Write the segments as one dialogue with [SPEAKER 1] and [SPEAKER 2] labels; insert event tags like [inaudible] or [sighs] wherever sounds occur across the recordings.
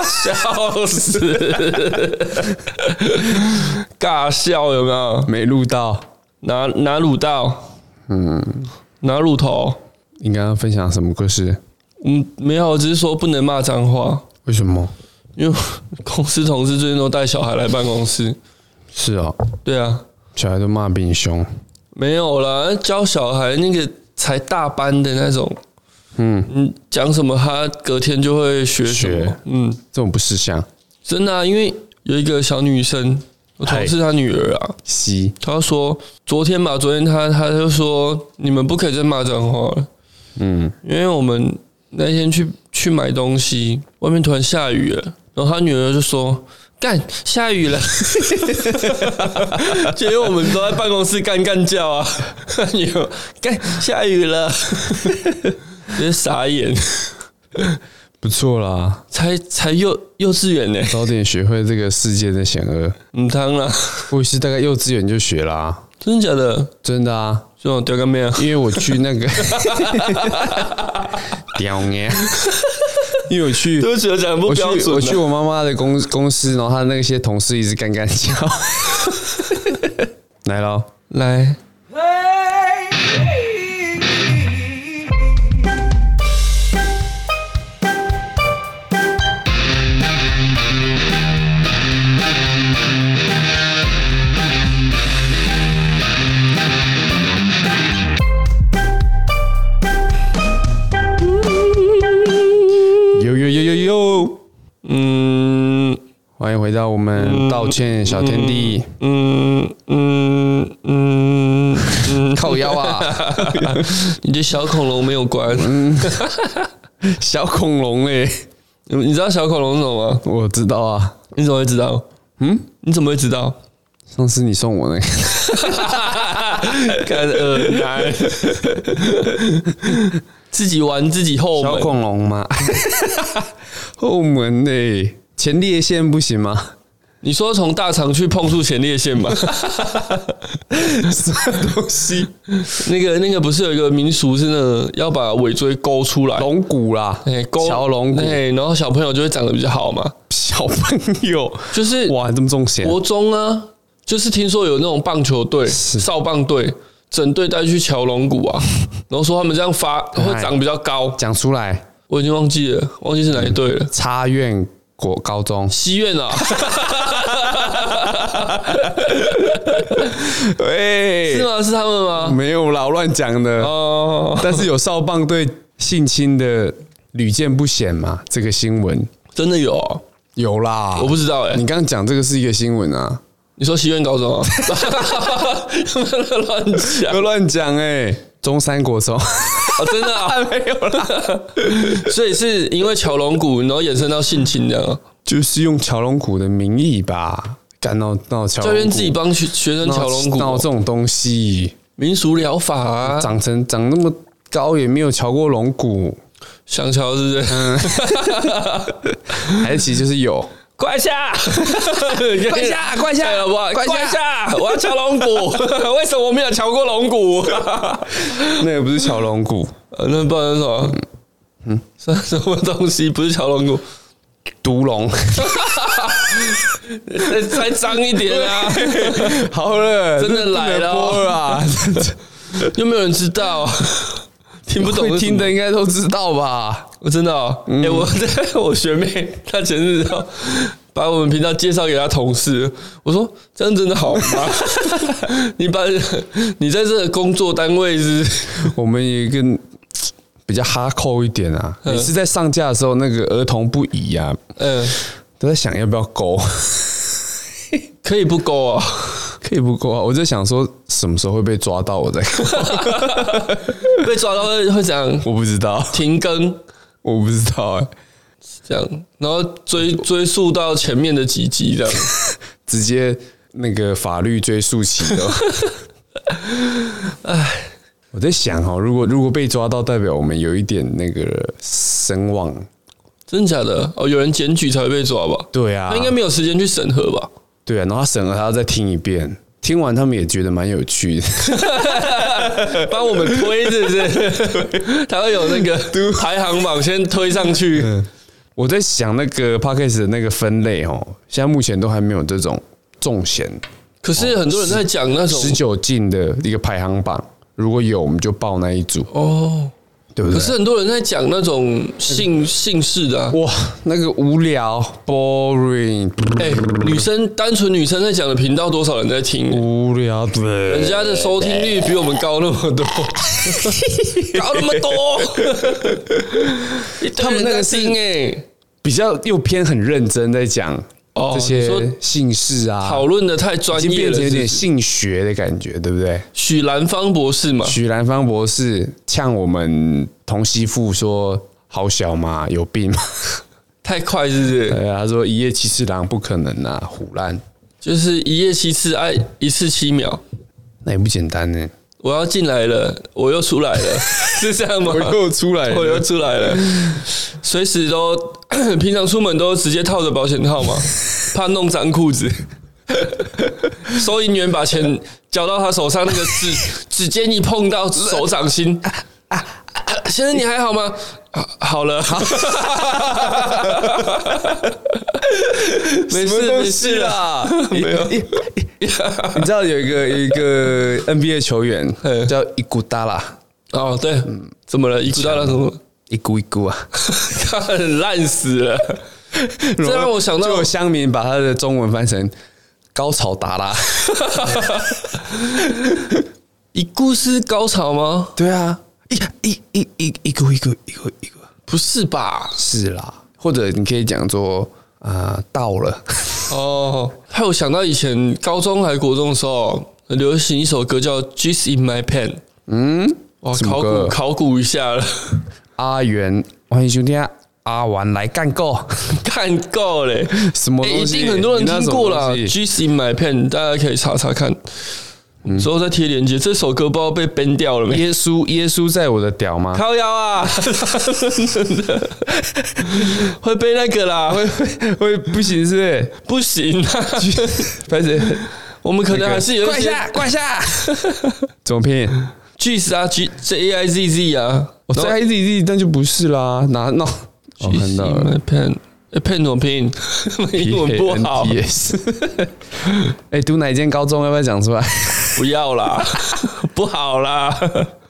[SPEAKER 1] 笑死，尬笑有没有？
[SPEAKER 2] 没录到，
[SPEAKER 1] 拿拿乳道，嗯，拿乳头，
[SPEAKER 2] 你刚刚分享什么故事？
[SPEAKER 1] 嗯，没有，只是说不能骂脏话，
[SPEAKER 2] 为什么？
[SPEAKER 1] 因为公司同事最近都带小孩来办公室，
[SPEAKER 2] 是哦，
[SPEAKER 1] 对啊，
[SPEAKER 2] 小孩都骂比你凶，
[SPEAKER 1] 没有啦，教小孩那个才大班的那种，嗯嗯，讲什么他隔天就会学什么
[SPEAKER 2] 学，
[SPEAKER 1] 嗯，
[SPEAKER 2] 这种不识相。
[SPEAKER 1] 真的、啊，因为有一个小女生，我同事她女儿啊，
[SPEAKER 2] 西
[SPEAKER 1] 她说昨天吧，昨天她她就说你们不可以再骂脏话了，嗯，因为我们那天去去买东西，外面突然下雨了，然后她女儿就说。干下雨了， [laughs] 就因为我们都在办公室干干叫啊，她女儿干下雨了， [laughs] 直接傻眼，
[SPEAKER 2] 不错啦，
[SPEAKER 1] 才才幼幼稚园呢、
[SPEAKER 2] 早点学会这个世界的险恶。
[SPEAKER 1] 嗯，当然，
[SPEAKER 2] 我也是大概幼稚园就学啦、
[SPEAKER 1] 真的假的？
[SPEAKER 2] 真的啊，
[SPEAKER 1] 这种丢个面啊，
[SPEAKER 2] 因为我去那个屌你，
[SPEAKER 1] [laughs]
[SPEAKER 2] 因为我
[SPEAKER 1] [laughs]
[SPEAKER 2] 去
[SPEAKER 1] 对不起，我讲得不
[SPEAKER 2] 我去
[SPEAKER 1] 标准啊。
[SPEAKER 2] 我去我妈妈的公公司，然后她那些同事一直干
[SPEAKER 1] [laughs]
[SPEAKER 2] 干叫，来喽，
[SPEAKER 1] 来，
[SPEAKER 2] 呦呦呦呦呦，
[SPEAKER 1] 嗯
[SPEAKER 2] 欢迎回到我们道歉小天地，
[SPEAKER 1] 嗯嗯嗯嗯，
[SPEAKER 2] 靠腰啊，
[SPEAKER 1] [laughs] 你的小恐龙没有关。
[SPEAKER 2] 小恐龙嘞、
[SPEAKER 1] 你你知道小恐龙是什么吗？
[SPEAKER 2] 我知道啊，
[SPEAKER 1] 你怎么会知道？
[SPEAKER 2] 嗯，
[SPEAKER 1] 你怎么会知道？
[SPEAKER 2] 上次你送我那个，
[SPEAKER 1] 看呃，难， [laughs] 自己玩自己后
[SPEAKER 2] 小
[SPEAKER 1] 门。
[SPEAKER 2] 恐龙吗？ [laughs] 后门嘞、前列腺不行吗？ [laughs]
[SPEAKER 1] 你说从大肠去碰触前列腺 [laughs] 吧？
[SPEAKER 2] 什么东西？
[SPEAKER 1] 那个那个不是有一个民俗是那个要把尾椎勾出来？
[SPEAKER 2] 龙骨啦，
[SPEAKER 1] 哎，勾
[SPEAKER 2] 小龙骨，
[SPEAKER 1] 哎，然后小朋友就会长得比较好嘛。
[SPEAKER 2] 小朋友，
[SPEAKER 1] 就是
[SPEAKER 2] 哇，这么重咸，
[SPEAKER 1] 国中啊，就是听说有那种棒球队、少棒队，整队带去敲龙骨啊，然后说他们这样发会长比较高，
[SPEAKER 2] 讲出来。
[SPEAKER 1] 我已经忘记了，忘记是哪一队了。
[SPEAKER 2] 插院国高中，
[SPEAKER 1] 西苑啊，
[SPEAKER 2] 对
[SPEAKER 1] 是吗？是他们吗？
[SPEAKER 2] 没有啦，我乱讲的。
[SPEAKER 1] 哦，
[SPEAKER 2] 但是有少棒对性侵的屡见不鲜嘛，这个新闻
[SPEAKER 1] 真的有哦，
[SPEAKER 2] 有啦。
[SPEAKER 1] 我不知道哎
[SPEAKER 2] 你。刚刚讲这个是一个新闻啊，
[SPEAKER 1] 你说西苑高中啊？ [laughs] 乱讲
[SPEAKER 2] [laughs] 不要乱讲哎。中山国中 [laughs]
[SPEAKER 1] 哦，真的啊，没有啦。 [laughs] 所以是因为敲龙骨，然后衍生到性侵这样啊，
[SPEAKER 2] 就是用乔龙骨的名义吧，干到到乔
[SPEAKER 1] 教
[SPEAKER 2] 龙
[SPEAKER 1] 练
[SPEAKER 2] 骨
[SPEAKER 1] 自己帮学学生敲龙骨
[SPEAKER 2] 闹这
[SPEAKER 1] 哦，
[SPEAKER 2] 种东西，
[SPEAKER 1] 民俗疗法啊，
[SPEAKER 2] [laughs] 长成长那么高也没有瞧过龙骨，
[SPEAKER 1] 想敲是不是？
[SPEAKER 2] 还是其实就是
[SPEAKER 1] [laughs]
[SPEAKER 2] 有。
[SPEAKER 1] 跪下，哎跪
[SPEAKER 2] 下跪下
[SPEAKER 1] 好不好？
[SPEAKER 2] 跪下
[SPEAKER 1] 跪下，我要敲龙骨。 [laughs] 为什么我没有敲过龙骨？ [laughs]
[SPEAKER 2] 那个不是乔龙骨，
[SPEAKER 1] 呃那不然是什么？嗯，是什么东西？不是敲龙 [laughs] 骨，[laughs]
[SPEAKER 2] 毒龙。
[SPEAKER 1] 再再脏一点啊！ [laughs]
[SPEAKER 2] 好了，
[SPEAKER 1] 真的来了哦
[SPEAKER 2] 这不能播了啊！
[SPEAKER 1] 又没有人知道，听不懂
[SPEAKER 2] 会
[SPEAKER 1] 是什
[SPEAKER 2] 听
[SPEAKER 1] 么
[SPEAKER 2] 的应该都知道吧？
[SPEAKER 1] 我真的、哦，哎、我 [laughs] 我学妹她前日要把我们频道介绍给她同事，我说这样真的好吗？ [laughs] 你把 [laughs] 你在这个工作单位是
[SPEAKER 2] [laughs] 我们也跟比较哈扣一点啊，每次在上架的时候，那个儿童不宜啊，
[SPEAKER 1] 嗯、
[SPEAKER 2] 都在想要不要勾，
[SPEAKER 1] 可以不勾
[SPEAKER 2] [laughs]
[SPEAKER 1] 啊、
[SPEAKER 2] 可以不勾啊？我在想说什么时候会被抓到，我在 [laughs]
[SPEAKER 1] 被抓到会会怎样？
[SPEAKER 2] 我不知道，
[SPEAKER 1] 停更
[SPEAKER 2] 我不知道哎、
[SPEAKER 1] 这样，然后追追溯到前面的几集这样。
[SPEAKER 2] 直接那个法律追溯起的。 [laughs] 哎，我在想哦，如果如果被抓到，代表我们有一点那个声望，
[SPEAKER 1] 真的假的？哦，有人检举才会被抓吧？
[SPEAKER 2] 对啊，
[SPEAKER 1] 他应该没有时间去审核吧？
[SPEAKER 2] 对啊，然后他审核还要再听一遍，听完他们也觉得蛮有趣的。 [laughs]
[SPEAKER 1] 帮我们
[SPEAKER 2] [laughs] 嗯
[SPEAKER 1] 推是不是？他会有那个排行榜先推上去。
[SPEAKER 2] 我在想那个 p a c k a g e 的那个分类哦，现在目前都还没有这种重险
[SPEAKER 1] 可是很多人在讲那种
[SPEAKER 2] 十九禁的一个排行榜，如果有我们就报那一组，
[SPEAKER 1] 哦，
[SPEAKER 2] 对不对？
[SPEAKER 1] 可是很多人在讲那种
[SPEAKER 2] 嗯
[SPEAKER 1] 姓姓氏的、啊，
[SPEAKER 2] 哇，那个无聊 boring
[SPEAKER 1] 哎、女生单纯女生在讲的频道，多少人在听？
[SPEAKER 2] 无聊
[SPEAKER 1] 人
[SPEAKER 2] 的，
[SPEAKER 1] 家的收听率比我们高那么
[SPEAKER 2] [laughs]
[SPEAKER 1] 多，高那么多，
[SPEAKER 2] 他们那个是
[SPEAKER 1] 音哎，
[SPEAKER 2] 比较又偏很认真在讲
[SPEAKER 1] 哦
[SPEAKER 2] 这
[SPEAKER 1] 你说
[SPEAKER 2] 些姓氏啊，
[SPEAKER 1] 讨论的哦太专
[SPEAKER 2] 已经
[SPEAKER 1] 业
[SPEAKER 2] 变
[SPEAKER 1] 了
[SPEAKER 2] 成有
[SPEAKER 1] 是不
[SPEAKER 2] 点
[SPEAKER 1] 是。
[SPEAKER 2] 性学的感觉，对不对？
[SPEAKER 1] 许兰芳博士嘛，
[SPEAKER 2] 许兰芳博士呛我们同媳妇说：“好小嘛，有病嘛
[SPEAKER 1] 太快是不？”是？
[SPEAKER 2] [laughs] 对啊，他说：“一夜七次郎不可能啊，虎烂，
[SPEAKER 1] 就是一夜七次，爱一次七秒。
[SPEAKER 2] 那也不简单呢。
[SPEAKER 1] 我要进来了，我又出来了，是这
[SPEAKER 2] [laughs]
[SPEAKER 1] 样吗？
[SPEAKER 2] 出
[SPEAKER 1] [laughs]
[SPEAKER 2] 来
[SPEAKER 1] 我又出来了，随时都 [coughs] 平常出门都直接套着保险套嘛，怕弄脏裤子。 [laughs] 收银员把钱交到他手上，那个指 [laughs] 指尖一碰到手掌心， [coughs] 先生你还好吗？啊好了， [laughs] 没
[SPEAKER 2] 什么
[SPEAKER 1] 事
[SPEAKER 2] 东
[SPEAKER 1] 没事
[SPEAKER 2] 西啊
[SPEAKER 1] 啦，
[SPEAKER 2] 没有。你知道有一个有一个 NBA 球员
[SPEAKER 1] 嗯
[SPEAKER 2] 叫伊古达拉，
[SPEAKER 1] 哦对，怎么了？一股大了什么？ [laughs]
[SPEAKER 2] 一咕一咕啊，
[SPEAKER 1] 看烂死
[SPEAKER 2] [laughs]
[SPEAKER 1] 了，这让我想到
[SPEAKER 2] 就有乡民把他的中文翻成高潮达拉。
[SPEAKER 1] 一故事高潮吗？
[SPEAKER 2] 对啊，一一一一一咕一咕一咕一咕，
[SPEAKER 1] 不是吧？
[SPEAKER 2] 是啦。或者你可以讲说啊、呃到了。
[SPEAKER 1] 哦，还有想到以前高中还国中的时候，很流行一首歌叫《Juice in My Pen》。
[SPEAKER 2] 嗯，
[SPEAKER 1] 哇，
[SPEAKER 2] 什么
[SPEAKER 1] 考
[SPEAKER 2] 歌
[SPEAKER 1] 古考古一下了， [laughs]
[SPEAKER 2] 阿元，欢迎兄弟啊，阿完来干够，
[SPEAKER 1] 看够嘞、
[SPEAKER 2] 什么
[SPEAKER 1] 欸
[SPEAKER 2] 东
[SPEAKER 1] 一
[SPEAKER 2] 西？
[SPEAKER 1] 定很多人听过啦，
[SPEAKER 2] 你那什么东西嗯
[SPEAKER 1] Juice in My Pen》，大家可以查查看。之后再贴链接，这首歌不知道被 ban 掉了没？
[SPEAKER 2] 耶稣，耶稣在我的屌吗？
[SPEAKER 1] 靠腰啊，真的会被那个啦，会
[SPEAKER 2] [laughs] 会不行是
[SPEAKER 1] 不行啊！
[SPEAKER 2] 不是？开始，
[SPEAKER 1] 我们可
[SPEAKER 2] 啊
[SPEAKER 1] 能还是有一
[SPEAKER 2] 跪
[SPEAKER 1] 些
[SPEAKER 2] [laughs] 下，跪下，怎么拼？
[SPEAKER 1] Juice 啊，G J A I Z Z 啊，
[SPEAKER 2] 我在 A Z Z，但就不是啦，哪那？我哦看到 [laughs] 了
[SPEAKER 1] pen pen 怎么
[SPEAKER 2] [laughs]
[SPEAKER 1] 拼？英文不好，
[SPEAKER 2] PANTS [laughs] 哎，读哪一间高中？要不要讲 [laughs] 出来？
[SPEAKER 1] 不要啦， [laughs] 不好啦。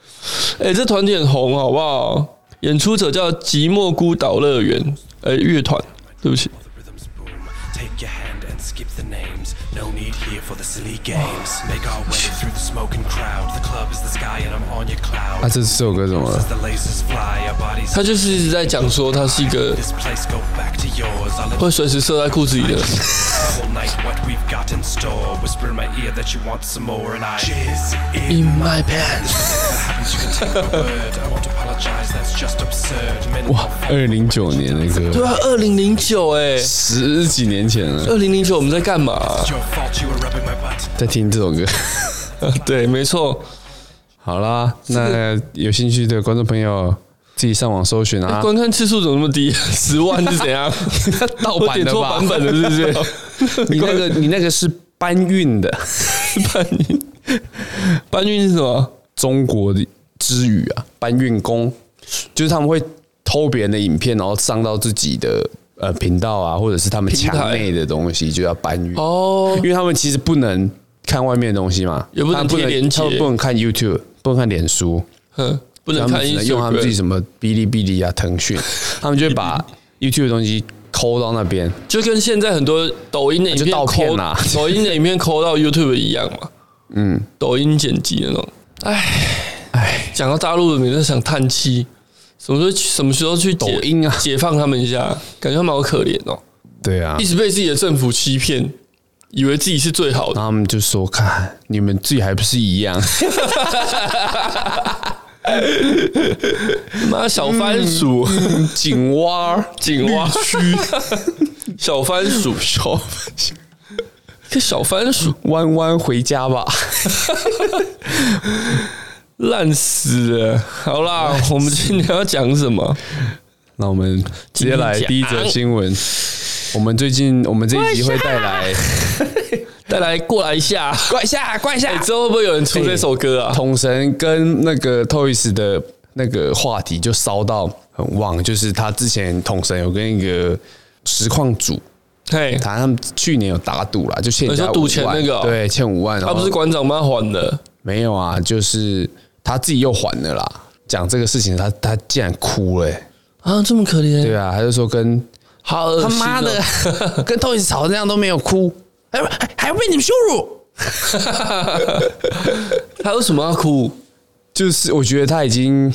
[SPEAKER 1] [laughs] 哎、这团体很红，好不好？演出者叫寂寞孤岛乐园，哎、乐团，对不起，
[SPEAKER 3] the rhythms boom. Take your hand and skip the names. No need here for the silly games. Make our way through the smoking crowd. The club is the sky and I'm on your
[SPEAKER 2] 啊，
[SPEAKER 3] cloud.
[SPEAKER 2] 这这首歌怎么
[SPEAKER 3] As
[SPEAKER 2] 了？
[SPEAKER 3] the lasers fly, our bodies.
[SPEAKER 1] 他就是一直在讲说他是一个
[SPEAKER 3] This place go back to yours. I'll
[SPEAKER 1] 会随时射在裤子里的人。
[SPEAKER 3] all night what we've got in store. Whisper in my ear that you want some more, and I. Jizz in.
[SPEAKER 1] In my pants，
[SPEAKER 3] That happens, you can take my word. I won't apologize, that's just absurd. Men
[SPEAKER 2] 哇，二零零九年那
[SPEAKER 1] 对
[SPEAKER 2] 个，
[SPEAKER 1] 啊，二零零九哎，
[SPEAKER 2] 十几年前了，
[SPEAKER 1] 二零零九我们在干嘛、 [laughs]
[SPEAKER 3] It's your fault you were rubbing my butt.
[SPEAKER 2] 在听这首歌。
[SPEAKER 1] 对，没错，
[SPEAKER 2] [laughs] 好啦，那有兴趣的观众朋友自己上网搜寻啊。
[SPEAKER 1] 观看次数怎么那么低？十万是怎样？
[SPEAKER 2] 盗
[SPEAKER 1] 我点错版本了，是不是？
[SPEAKER 2] [laughs] 你那个你那个是搬运的
[SPEAKER 1] [laughs] 搬运，搬运是什么？
[SPEAKER 2] 中国的之语啊，搬运工就是他们会偷别人的影片，然后上到自己的呃频道啊，或者是他们
[SPEAKER 1] 平台
[SPEAKER 2] 墙内的东西，就叫搬运。
[SPEAKER 1] [laughs] 哦
[SPEAKER 2] 因为他们其实不能看外面的东西嘛，
[SPEAKER 1] 也不能
[SPEAKER 2] 他们
[SPEAKER 1] 贴连结
[SPEAKER 2] 他们不能看 YouTube，不能看脸书，
[SPEAKER 1] 哼，嗯不能
[SPEAKER 2] 他们
[SPEAKER 1] 看
[SPEAKER 2] 只
[SPEAKER 1] 一
[SPEAKER 2] 能用他们自己什么哔哩哔哩啊、腾
[SPEAKER 1] [laughs]
[SPEAKER 2] 讯，他们就会把 YouTube 的东西抠到那边。
[SPEAKER 1] 就跟现在很多抖音的影
[SPEAKER 2] 啊就
[SPEAKER 1] 片
[SPEAKER 2] 盗
[SPEAKER 1] 抠
[SPEAKER 2] 片啦 [laughs]
[SPEAKER 1] 抖音的影片抠到 YouTube 一样嘛。嗯，抖音剪辑那种。哎哎，讲到大陆的，每次想叹气，什么时候去什么时候去抖
[SPEAKER 2] 抖音啊
[SPEAKER 1] 解放他们一下，感觉他们好可怜哦，
[SPEAKER 2] 对啊
[SPEAKER 1] 一直被自己的政府欺骗，以为自己是最好的。
[SPEAKER 2] 然后他们就说：“看，你们自己还不是
[SPEAKER 1] [laughs]
[SPEAKER 2] 一样？
[SPEAKER 1] 妈，小番薯，
[SPEAKER 2] [laughs] 井蛙儿，
[SPEAKER 1] 井蛙区，
[SPEAKER 2] 嗯
[SPEAKER 1] 小番薯，
[SPEAKER 2] 小 [laughs]
[SPEAKER 1] 这小番薯
[SPEAKER 2] 弯弯回家吧。
[SPEAKER 1] 烂死了。好啦，我们今天要讲什么？”
[SPEAKER 2] [laughs] 那我们直接来
[SPEAKER 1] 今天讲
[SPEAKER 2] 第一则新闻。我们最近，我们这一集会带来
[SPEAKER 1] 再来过来一下，
[SPEAKER 2] 跪下跪下 [laughs]
[SPEAKER 1] 哎、之后会不会有人出这首歌啊？
[SPEAKER 2] 统神跟那个 Toys 的那个话题就烧到很旺，就是他之前统神有跟一个实况组，
[SPEAKER 1] 嘿，
[SPEAKER 2] 他他们去年有打赌啦，就欠人
[SPEAKER 1] 你
[SPEAKER 2] 家
[SPEAKER 1] 说赌钱
[SPEAKER 2] 5万
[SPEAKER 1] 那个哦
[SPEAKER 2] 对，欠五万，
[SPEAKER 1] 他
[SPEAKER 2] 然后
[SPEAKER 1] 不是馆长妈还的，
[SPEAKER 2] 没有啊，就是他自己又还了啦。讲这个事情，他他竟然哭了、欸，
[SPEAKER 1] 啊，这么可怜，
[SPEAKER 2] 对啊，他就说跟
[SPEAKER 1] 好恶
[SPEAKER 2] 他
[SPEAKER 1] 心哦
[SPEAKER 2] 妈的跟 t o y 吵这样都没有哭，还还还要被你们羞辱，
[SPEAKER 1] [laughs] 他为什么要哭？
[SPEAKER 2] 就是我觉得他已经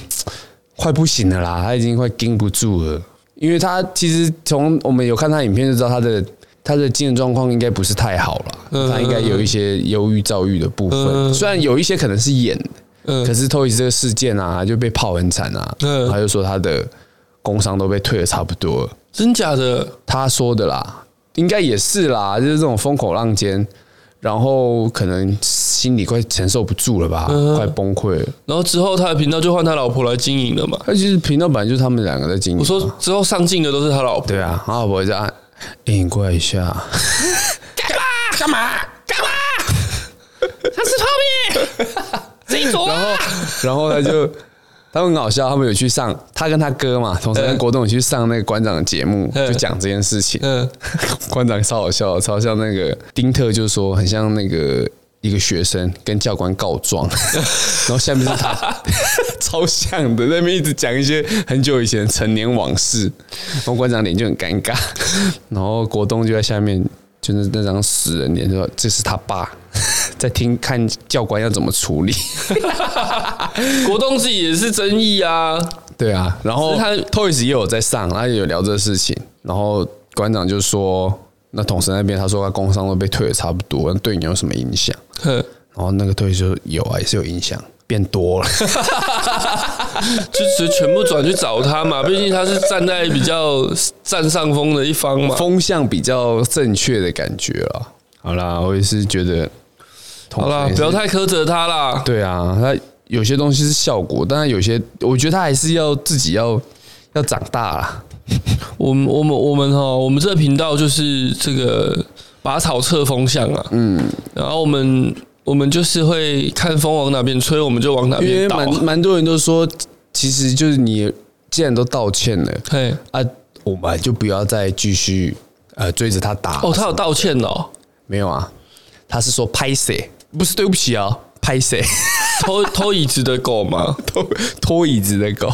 [SPEAKER 2] 快不行了啦，他已经快盯不住了，因为他其实从我们有看他影片就知道他的他的精神状况应该不是太好了，
[SPEAKER 1] 嗯
[SPEAKER 2] 他应该有一些忧郁、躁郁的部分，
[SPEAKER 1] 嗯
[SPEAKER 2] 虽然有一些可能是演的，
[SPEAKER 1] 嗯
[SPEAKER 2] 可是 Toys 这个事件啊，他就被泡很惨啊，
[SPEAKER 1] 嗯
[SPEAKER 2] 他就说他的工伤都被退的差不多了。
[SPEAKER 1] 真假的？
[SPEAKER 2] 他说的啦，应该也是啦，就是这种风口浪尖，然后可能心里快承受不住了吧，
[SPEAKER 1] 嗯
[SPEAKER 2] 快崩溃了。
[SPEAKER 1] 然后之后他的频道就换他老婆来经营了嘛。
[SPEAKER 2] 那其实频道本来就是他们两个在经营。啊
[SPEAKER 1] 我说之后上镜的都是他老婆，
[SPEAKER 2] 对啊，然后我就按，哎、你过来一下，
[SPEAKER 4] 干嘛？干嘛？想吃泡面？自
[SPEAKER 2] [laughs]
[SPEAKER 4] 己走啊！
[SPEAKER 2] 然后他就。 [laughs] 他们很好笑，他们有去上，他跟他哥嘛，同时跟
[SPEAKER 1] 嗯
[SPEAKER 2] 国栋有去上那个馆长的节目，
[SPEAKER 1] 嗯
[SPEAKER 2] 就讲这件事情。
[SPEAKER 1] 嗯，
[SPEAKER 2] [laughs] 馆长超好笑的，超像那个丁特，就说很像那个一个学生跟教官告
[SPEAKER 1] [laughs]
[SPEAKER 2] 状，然后下面是他， [laughs] 超像的，在那边一直讲一些很久以前陈年往事，然后馆长脸就很尴
[SPEAKER 1] [laughs]
[SPEAKER 2] 尬，然后国栋就在下面就是那张死人脸说这是他爸。在听看教官要怎么处理，
[SPEAKER 1] 国栋自己也是争议啊，
[SPEAKER 2] 对啊，然后
[SPEAKER 1] 只
[SPEAKER 2] 他
[SPEAKER 1] 是
[SPEAKER 2] Toys 也有在上，他也有聊这个事情，然后馆长就说，那统神那边他说他工伤都被退的差不多，那对你有什么影响？
[SPEAKER 1] 哼，
[SPEAKER 2] 然后那个退就有啊，也是有影响，变多 [laughs] 了。
[SPEAKER 1] 就就全部转去找他嘛，毕竟他是站在比较占上风的一方嘛。
[SPEAKER 2] 风向比较正确的感觉了。好啦，我也是觉得，
[SPEAKER 1] 好
[SPEAKER 2] 好
[SPEAKER 1] 啦，不要太苛责他啦。
[SPEAKER 2] 对啊，他有些东西是效果，但是有些我觉得他还是要自己要要长大啦。
[SPEAKER 1] 我们我们我们哈，我们这个频道就是这个拔草测风向啊，嗯，然后我们我们就是会看风往哪边吹，我们就往哪
[SPEAKER 2] 因
[SPEAKER 1] 边
[SPEAKER 2] 为
[SPEAKER 1] 倒啊。
[SPEAKER 2] 蛮蛮多人都说，其实就是你既然都道歉了
[SPEAKER 1] 嘿，
[SPEAKER 2] 啊，我们就不要再继续呃追着他打。
[SPEAKER 1] 哦，他有道歉哦，
[SPEAKER 2] 没有啊？他是说拍谁？不是对不起啊，拍谁？ [laughs]
[SPEAKER 1] 偷偷椅子的狗嘛，
[SPEAKER 2] 拖拖椅子的狗。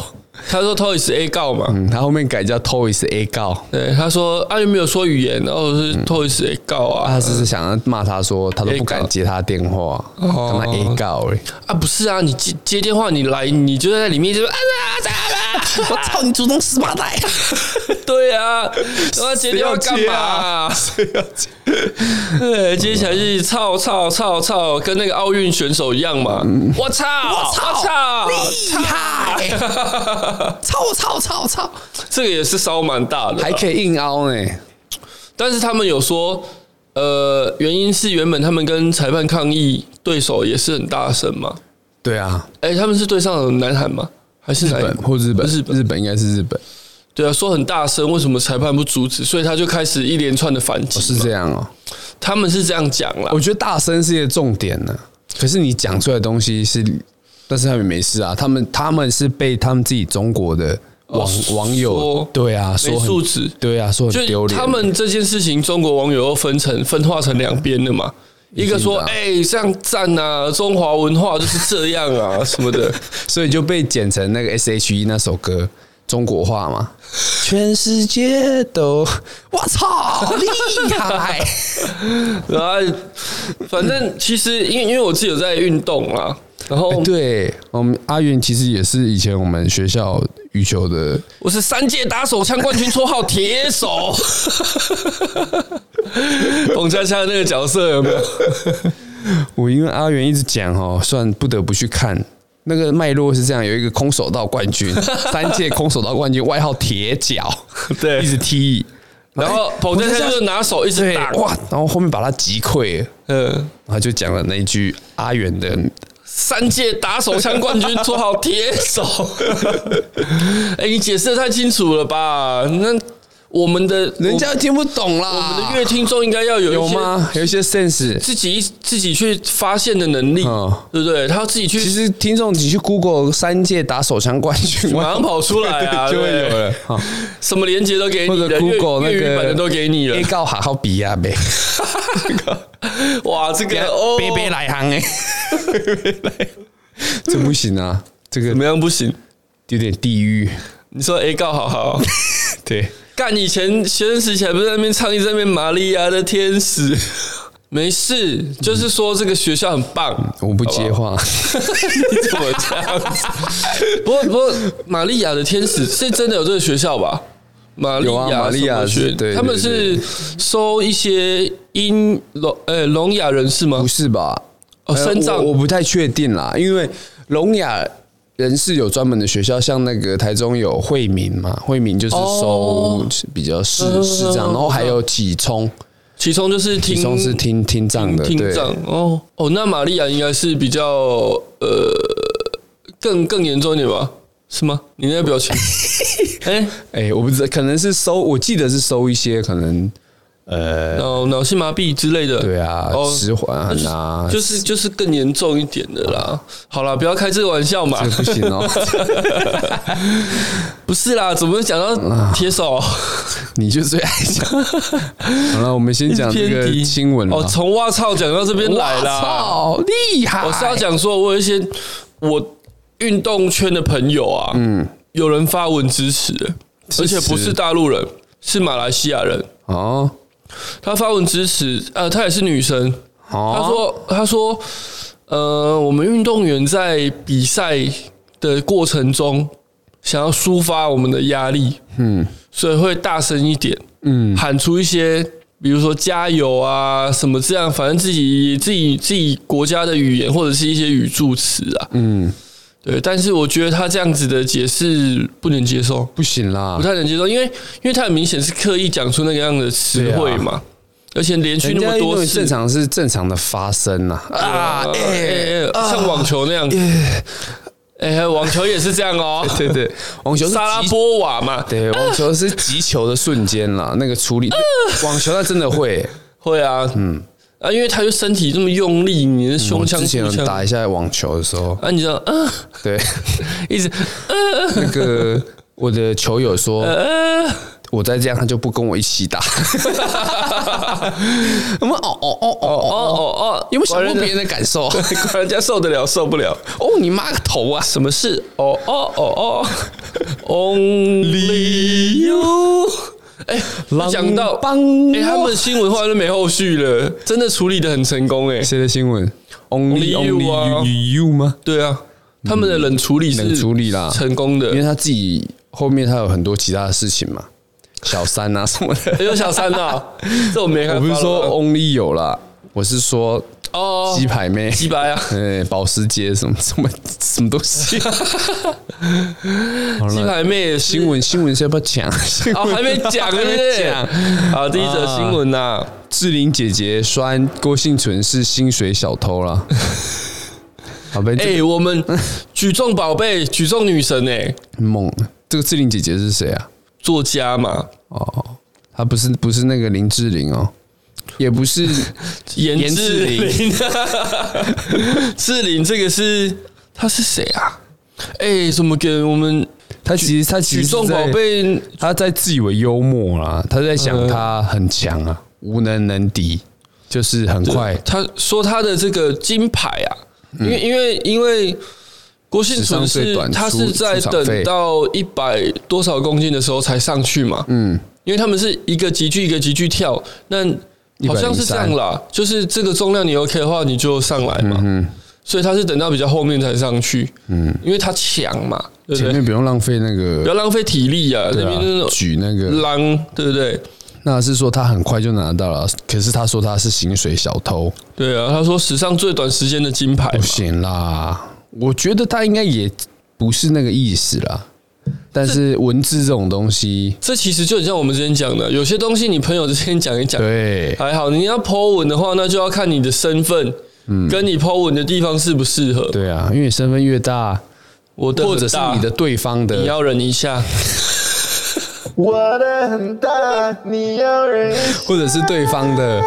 [SPEAKER 1] 他说偷椅子 A 告嘛，
[SPEAKER 2] 嗯，他后面改叫 Toys A 告，
[SPEAKER 1] 对，他说啊又没有说语言，然后是偷椅子 A 告啊
[SPEAKER 2] 他只是想要骂他说他都
[SPEAKER 1] A
[SPEAKER 2] 不
[SPEAKER 1] 告
[SPEAKER 2] 敢接他电话，跟他 A 告哎，
[SPEAKER 1] 啊不是啊，你接接电话你来，你就在里面就说啊啊啊啊，
[SPEAKER 2] 我哦操你祖宗十八代，
[SPEAKER 1] [laughs] 对啊，然后接电话干
[SPEAKER 2] 谁要接
[SPEAKER 1] 嘛
[SPEAKER 2] 啊 [laughs]
[SPEAKER 1] 啊？对，接起来就是操操操操，跟那个奥运选手一样嘛。我操！我操！
[SPEAKER 2] 厉害，操操操操，
[SPEAKER 1] 这个也是烧蛮大的啊，
[SPEAKER 2] 还可以硬凹欸呢，
[SPEAKER 1] 但是他们有说，呃，原因是原本他们跟裁判抗议，对手也是很大声嘛。
[SPEAKER 2] 对啊，
[SPEAKER 1] 哎、他们是对上南韩吗？还是
[SPEAKER 2] 日
[SPEAKER 1] 哪一
[SPEAKER 2] 本或日本，
[SPEAKER 1] 日本
[SPEAKER 2] 日本应该是日本，
[SPEAKER 1] 对啊，说很大声，为什么裁判不阻止？所以他就开始一连串的反击、
[SPEAKER 2] 是这，哦样哦，
[SPEAKER 1] 他们是这样讲啦
[SPEAKER 2] 我。觉得大声是一个重点呢，可是你讲出来的东西是，但是他们没事啊，他们他们是被他们自己中国的网
[SPEAKER 1] 哦说
[SPEAKER 2] 网友对啊说
[SPEAKER 1] 没
[SPEAKER 2] 很
[SPEAKER 1] 素质
[SPEAKER 2] 对啊说很丢
[SPEAKER 1] 就
[SPEAKER 2] 脸，
[SPEAKER 1] 他们这件事情，中国网友又分成分化成两边的嘛。一个说：“
[SPEAKER 2] [laughs] 一定的啊
[SPEAKER 1] 哎、这样赞啊，中华文化就是这样啊，什么
[SPEAKER 2] [laughs]
[SPEAKER 1] 的。
[SPEAKER 2] 所以就被剪成那个 S H E 那首歌中国话嘛，全世界都我操厉害， [laughs]
[SPEAKER 1] 然后，反正其实因为因为我自己有在运动啦，然后
[SPEAKER 2] 哎对，我们阿元其实也是以前我们学校羽球的，
[SPEAKER 1] 我是三届打手枪冠军，绰号铁手。
[SPEAKER 2] [laughs]
[SPEAKER 1] 董佳佳那个角色有没有？
[SPEAKER 2] 我因为阿元一直讲哦，算不得不去看。那个脉络是这样，有一个空手道冠军，三届空手道冠军，外号铁脚，
[SPEAKER 1] [laughs] 对
[SPEAKER 2] 一直踢，
[SPEAKER 1] 然后董佳佳就拿手一直
[SPEAKER 2] 对
[SPEAKER 1] 打，
[SPEAKER 2] 哇，然后后面把他击溃了，
[SPEAKER 1] 嗯，
[SPEAKER 2] 然后就讲了那一句阿元的
[SPEAKER 1] 三届打手枪冠军，绰号 [laughs] 铁手。哎、你解释的太清楚了吧？那我们的
[SPEAKER 2] 人家听不懂啦。
[SPEAKER 1] 我我们的乐听众应该要有一
[SPEAKER 2] 有
[SPEAKER 1] 些
[SPEAKER 2] 吗？有一些 sense。
[SPEAKER 1] 自己自己去发现的能力，
[SPEAKER 2] 嗯
[SPEAKER 1] 对不对？他要自己去
[SPEAKER 2] 其实听众，你去 Google 三届打手枪冠军，
[SPEAKER 1] 马上跑出来啊，
[SPEAKER 2] [laughs] 就会
[SPEAKER 1] 对
[SPEAKER 2] 有了。好
[SPEAKER 1] 什么连接都给
[SPEAKER 2] 或
[SPEAKER 1] 你
[SPEAKER 2] 者
[SPEAKER 1] 的，粤
[SPEAKER 2] Google 那
[SPEAKER 1] 粤语
[SPEAKER 2] 个哎
[SPEAKER 1] 版的都给你了
[SPEAKER 2] ，A。告好好比亚呗，
[SPEAKER 1] 哇，这个哦，
[SPEAKER 2] 贝贝来行哎， [laughs] 这不行啊，这个
[SPEAKER 1] 怎么样不行？
[SPEAKER 2] 有点地狱。
[SPEAKER 1] 你说 A 告好
[SPEAKER 2] [laughs]
[SPEAKER 1] 好
[SPEAKER 2] 对，
[SPEAKER 1] 干，以前学生时期还不是在那边唱，一直在那边玛利亚的天使。没事，就是说这个学校很棒。
[SPEAKER 2] 嗯我不接话。 [laughs]
[SPEAKER 1] 你怎么这样子？不过不过，玛利亚的天使是真的有这个学校吧？玛利
[SPEAKER 2] 有
[SPEAKER 1] 亚
[SPEAKER 2] 啊玛利亚
[SPEAKER 1] 什么学
[SPEAKER 2] 是对
[SPEAKER 1] 他们是收一些英聋呃聋哑人士吗
[SPEAKER 2] 不？是吧？
[SPEAKER 1] 哦
[SPEAKER 2] 呃
[SPEAKER 1] 深藏
[SPEAKER 2] 我我不太确定啦，因为聋哑人士有专门的学校，像那个台中有惠民嘛，惠民就是收
[SPEAKER 1] 哦
[SPEAKER 2] 比较视
[SPEAKER 1] 嗯
[SPEAKER 2] 视障，然后还有启聪，
[SPEAKER 1] 其中就是
[SPEAKER 2] 启
[SPEAKER 1] 听
[SPEAKER 2] 聪是听听障的，
[SPEAKER 1] 听
[SPEAKER 2] 对，
[SPEAKER 1] 障哦哦，那玛利亚应该是比较呃更更严重一点吧？是吗？你那个表情，
[SPEAKER 2] [laughs]
[SPEAKER 1] 哎、
[SPEAKER 2] 哎，我不知道，可能是收，我记得是收一些可能呃
[SPEAKER 1] 脑脑性麻痹之类的，
[SPEAKER 2] 对啊，
[SPEAKER 1] 哦
[SPEAKER 2] 迟缓
[SPEAKER 1] [laughs]
[SPEAKER 2] 啊，
[SPEAKER 1] 就是就是更严重一点的啦。好啦，不要开这个玩笑嘛
[SPEAKER 2] 这，个不行哦，
[SPEAKER 1] 不是啦，怎么会讲
[SPEAKER 2] 啊
[SPEAKER 1] 到铁手？
[SPEAKER 2] 你就最爱
[SPEAKER 1] [laughs]
[SPEAKER 2] 讲。好了，我们先 [laughs] 讲这
[SPEAKER 1] 偏
[SPEAKER 2] 个
[SPEAKER 1] 题
[SPEAKER 2] 新闻
[SPEAKER 1] 哦，
[SPEAKER 2] 了。
[SPEAKER 1] 从哇操讲到这边来啦，
[SPEAKER 2] 哇操，厉害！
[SPEAKER 1] 我是要讲说，我有一些我运动圈的朋友啊，嗯，有人发文支持的，而且不是大陆人，是马来西亚人。
[SPEAKER 2] 哦
[SPEAKER 1] 她发文支持，呃，她也是女生。她
[SPEAKER 2] 哦，
[SPEAKER 1] 说，她说，呃，我们运动员在比赛的过程中，想要抒发我们的压力，嗯，所以会大声一点，嗯，喊出一些，比如说加油啊，什么这样，反正自己自己自己国家的语言或者是一些语助词啊，嗯，对。但是我觉得她这样子的解释不能接受，
[SPEAKER 2] 不行啦
[SPEAKER 1] 不，太能接受，因为因为他很明显是刻意讲出那个样的词汇嘛，而且连续
[SPEAKER 2] 人
[SPEAKER 1] 那
[SPEAKER 2] 家
[SPEAKER 1] 么
[SPEAKER 2] 运动
[SPEAKER 1] 多
[SPEAKER 2] 员
[SPEAKER 1] 次
[SPEAKER 2] 正常是正常的发生呐啊
[SPEAKER 1] 啊，哎哎像网球那样，哎，网球也是这样哦，
[SPEAKER 2] 哎
[SPEAKER 1] [laughs]
[SPEAKER 2] 对对， [laughs] 网球是
[SPEAKER 1] 沙拉
[SPEAKER 2] 击，
[SPEAKER 1] 波瓦嘛，
[SPEAKER 2] 对，网球是击球的瞬间啦， [laughs] 那个处
[SPEAKER 1] 呃
[SPEAKER 2] 理，网球他真的
[SPEAKER 1] [laughs]
[SPEAKER 2] 会，
[SPEAKER 1] 会啊，嗯啊，因为他就身体这么用力，你的胸
[SPEAKER 2] 嗯我
[SPEAKER 1] 腔
[SPEAKER 2] 之前
[SPEAKER 1] 腹
[SPEAKER 2] 有
[SPEAKER 1] 腔
[SPEAKER 2] 打一下网球的时候，
[SPEAKER 1] 啊，你知道，啊，
[SPEAKER 2] 对，
[SPEAKER 1] 一直
[SPEAKER 2] 那个
[SPEAKER 1] [laughs]
[SPEAKER 2] 我的球友说，
[SPEAKER 1] 呃，
[SPEAKER 2] 我再这样他就不跟我一
[SPEAKER 1] [laughs]
[SPEAKER 2] 起打，我们哦哦哦哦
[SPEAKER 1] 哦
[SPEAKER 2] 哦，
[SPEAKER 1] 哦哦，
[SPEAKER 2] 有没有想过别人的感受？
[SPEAKER 1] [laughs] 管人家受得了受不了？
[SPEAKER 2] 哦，你妈个头啊！
[SPEAKER 1] 什么事？哦哦
[SPEAKER 2] [laughs]
[SPEAKER 1] 哦哦，Only you。哎， [laughs] 讲到
[SPEAKER 2] 帮
[SPEAKER 1] 哎、他们新闻后来就没后续了，真的处理的很成功哎、
[SPEAKER 2] 谁的新闻？Only
[SPEAKER 1] Only you 啊
[SPEAKER 2] only you you 吗？
[SPEAKER 1] 对啊，他们的冷处理是
[SPEAKER 2] 嗯冷处理啦
[SPEAKER 1] 成功的
[SPEAKER 2] 因为。他自己后面他有很多其他的事情嘛，小
[SPEAKER 1] [laughs]
[SPEAKER 2] 三啊什么的。
[SPEAKER 1] 哎呦，小三啊，
[SPEAKER 2] [laughs]
[SPEAKER 1] 这我没看。
[SPEAKER 2] 我不是说 only 有啦，我是说
[SPEAKER 1] 哦，
[SPEAKER 2] 鸡排妹、
[SPEAKER 1] 鸡排啊，
[SPEAKER 2] 呃保时捷什么什么什么东西。好
[SPEAKER 1] 鸡
[SPEAKER 2] 了，
[SPEAKER 1] 排妹也是
[SPEAKER 2] [laughs] 新闻新闻是要不要
[SPEAKER 1] [laughs]
[SPEAKER 2] 讲？新
[SPEAKER 1] 啊、
[SPEAKER 2] 闻
[SPEAKER 1] 还没讲对
[SPEAKER 2] [laughs] 还
[SPEAKER 1] 不
[SPEAKER 2] 没
[SPEAKER 1] 对？
[SPEAKER 2] 讲。
[SPEAKER 1] 好，第一则新闻呐、啊，
[SPEAKER 2] 志玲姐姐摔郭幸存是薪水小
[SPEAKER 1] [laughs]
[SPEAKER 2] 偷啦。好呗，
[SPEAKER 1] 哎、
[SPEAKER 2] 这
[SPEAKER 1] 我们举重宝贝、举重女神哎、
[SPEAKER 2] 个梦，这个志玲姐姐是谁啊？
[SPEAKER 1] 作家嘛，
[SPEAKER 2] 哦，她不是不是那个林志玲哦，也不 [laughs] 是
[SPEAKER 1] 颜
[SPEAKER 2] 颜
[SPEAKER 1] 志
[SPEAKER 2] 志玲
[SPEAKER 1] 玲， [laughs] 志玲这个是她是谁啊？哎、怎么给我们
[SPEAKER 2] 她其实她其
[SPEAKER 1] 举
[SPEAKER 2] 实是
[SPEAKER 1] 重
[SPEAKER 2] 在
[SPEAKER 1] 宝，贝
[SPEAKER 2] 她在自以为幽默啦，她在想
[SPEAKER 1] 嗯
[SPEAKER 2] 她很强啊，无能能敌，就是很快
[SPEAKER 1] 哎他说他的这个金牌啊，因为因为因为郭幸
[SPEAKER 2] 嗯史上
[SPEAKER 1] 存
[SPEAKER 2] 最
[SPEAKER 1] 是
[SPEAKER 2] 短
[SPEAKER 1] 他
[SPEAKER 2] 出
[SPEAKER 1] 是在
[SPEAKER 2] 出场
[SPEAKER 1] 等
[SPEAKER 2] 费
[SPEAKER 1] 到一百多少公斤的时候才上去嘛，嗯，因为他们是一个急剧一个急剧跳，那好像是这样啦，就是这个重量你 OK 的话你就上来嘛，嗯，所以他是等到比较后面才上去，嗯，因为他强嘛，对不
[SPEAKER 2] 前
[SPEAKER 1] 对？
[SPEAKER 2] 面不用浪费那
[SPEAKER 1] 不要
[SPEAKER 2] 个
[SPEAKER 1] 浪费体力啊，
[SPEAKER 2] 对
[SPEAKER 1] 那
[SPEAKER 2] 啊
[SPEAKER 1] 边那种
[SPEAKER 2] 举那个，
[SPEAKER 1] 浪，对不对？
[SPEAKER 2] 那是说她很快就拿到了，可是她说她是薪水小偷。
[SPEAKER 1] 对啊，他说史上最短时间的金牌嘛
[SPEAKER 2] 不，行啦，我觉得他应该也不是那个意思啦。但是文字这种东西，
[SPEAKER 1] 这其实就很像我们之前讲的，有些东西你朋友之间讲一讲
[SPEAKER 2] 对，
[SPEAKER 1] 还好，你要 Po 文的话，那就要看你的身份，跟你 Po 文的地方适不适合。
[SPEAKER 2] 嗯对啊，因为你身份越大，
[SPEAKER 1] 我的
[SPEAKER 2] 或
[SPEAKER 1] 很
[SPEAKER 2] 者是
[SPEAKER 1] 大
[SPEAKER 2] 你的，对方
[SPEAKER 1] 你
[SPEAKER 2] 的，
[SPEAKER 1] 要忍一下。
[SPEAKER 2] 我的很大，你要忍，或者是对方的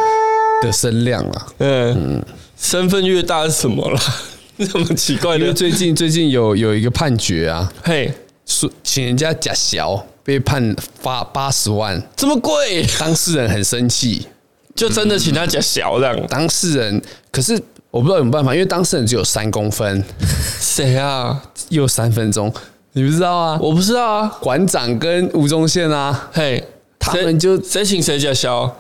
[SPEAKER 2] 的声量啊啦。
[SPEAKER 1] 嗯，身份越大是什么啦？ [laughs] 这么奇怪
[SPEAKER 2] 因为
[SPEAKER 1] 的，
[SPEAKER 2] 最近最近有有一个判决啊，
[SPEAKER 1] 嘿，
[SPEAKER 2] 说请人家假小被判罚八十万，
[SPEAKER 1] 这么贵，
[SPEAKER 2] 当事人很生气，
[SPEAKER 1] 就真的请他假小这样？
[SPEAKER 2] 当事人可是我不知道有没有办法，因为当事人只有三公分，
[SPEAKER 1] 谁啊？
[SPEAKER 2] 又三分钟，你不知道啊？
[SPEAKER 1] 我不知道啊。
[SPEAKER 2] 馆长跟吴宗宪啊，
[SPEAKER 1] 嘿，
[SPEAKER 2] 他
[SPEAKER 1] 谁
[SPEAKER 2] 们就
[SPEAKER 1] 谁请谁假小？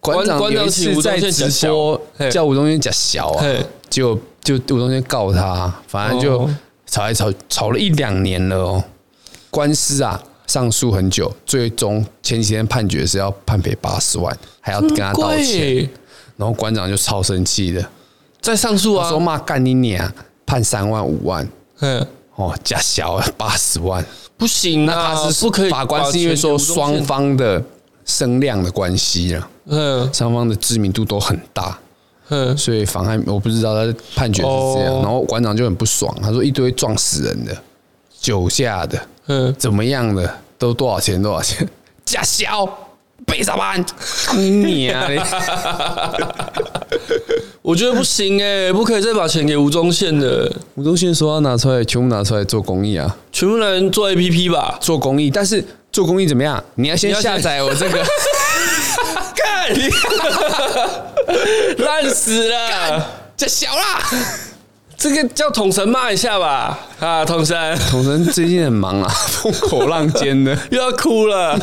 [SPEAKER 2] 馆长
[SPEAKER 1] 馆
[SPEAKER 2] 有
[SPEAKER 1] 长
[SPEAKER 2] 一
[SPEAKER 1] 请
[SPEAKER 2] 次
[SPEAKER 1] 吴宗
[SPEAKER 2] 在
[SPEAKER 1] 宪假
[SPEAKER 2] 直
[SPEAKER 1] 小
[SPEAKER 2] 播
[SPEAKER 1] 嘿
[SPEAKER 2] 叫吴宗宪假小啊
[SPEAKER 1] 嘿，
[SPEAKER 2] 结果就吴宗宪告他，反正就
[SPEAKER 1] 哦
[SPEAKER 2] 吵来吵吵了一两年了哦，官司啊上诉很久，最终前几天判决是要判赔八十万，还要跟他道歉，
[SPEAKER 1] 贵，
[SPEAKER 2] 然后馆长就超生气的，
[SPEAKER 1] 再上诉
[SPEAKER 2] 他
[SPEAKER 1] 啊
[SPEAKER 2] 说？骂干你娘，判三万五万
[SPEAKER 1] 嗯，
[SPEAKER 2] 哦，假小八十 [laughs] 万。
[SPEAKER 1] 不行啊，
[SPEAKER 2] 他是
[SPEAKER 1] 不可以。
[SPEAKER 2] 法官是因为说双，方的声量的关系啊，
[SPEAKER 1] 嗯
[SPEAKER 2] 双方的知名度都很大，
[SPEAKER 1] 嗯，
[SPEAKER 2] 所以妨害我不知道他的判决是这样。
[SPEAKER 1] 哦
[SPEAKER 2] 然后馆长就很不爽，他说一堆撞死人的、酒驾的、
[SPEAKER 1] 嗯，
[SPEAKER 2] 怎么样的，都多少钱多少钱， [laughs] 假销被啥班？你啊！ [laughs]
[SPEAKER 1] 我觉得不行哎、不可以再把钱给吴宗宪的，
[SPEAKER 2] 吴宗宪说要拿出来，全部拿出来做公益啊，
[SPEAKER 1] 全部人做 A P P 吧。
[SPEAKER 2] 做公益。但是做公益怎么样？你要先
[SPEAKER 1] 你要先
[SPEAKER 2] 下载我这 [laughs] 个。
[SPEAKER 1] 干，烂死了！
[SPEAKER 2] 假小啦，
[SPEAKER 1] 这个叫统神骂一下吧，啊，统神
[SPEAKER 2] 统神最近很忙啊， [laughs] 风口浪尖的。
[SPEAKER 1] 又要哭了。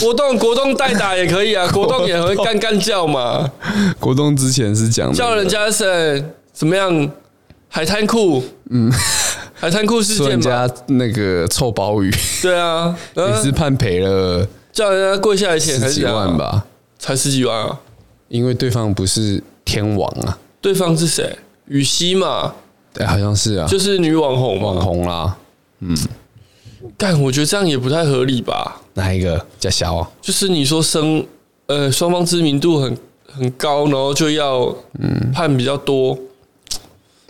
[SPEAKER 1] 国栋，国栋代打也可以啊，国栋也会干干叫嘛，
[SPEAKER 2] 国栋之前是讲那个
[SPEAKER 1] 叫人家是怎么样？海滩裤，嗯，海滩裤事
[SPEAKER 2] 说
[SPEAKER 1] 件
[SPEAKER 2] 人
[SPEAKER 1] 嘛，
[SPEAKER 2] 家那个臭鲍鱼，
[SPEAKER 1] 对啊，
[SPEAKER 2] 也
[SPEAKER 1] 嗯，
[SPEAKER 2] 是判赔了
[SPEAKER 1] 叫人家跪下来舔还是
[SPEAKER 2] 十几
[SPEAKER 1] 怎样啊
[SPEAKER 2] 万，吧，
[SPEAKER 1] 才十几万啊？
[SPEAKER 2] 因为对方不是天王啊，
[SPEAKER 1] 对方是谁？羽西嘛，
[SPEAKER 2] 对，好像是啊，
[SPEAKER 1] 就是女网红嘛。
[SPEAKER 2] 网红啦，
[SPEAKER 1] 但我觉得这样也不太合理吧？
[SPEAKER 2] 哪一个叫小啊？
[SPEAKER 1] 就是你说生，呃，双方知名度很很高，然后就要判比较多，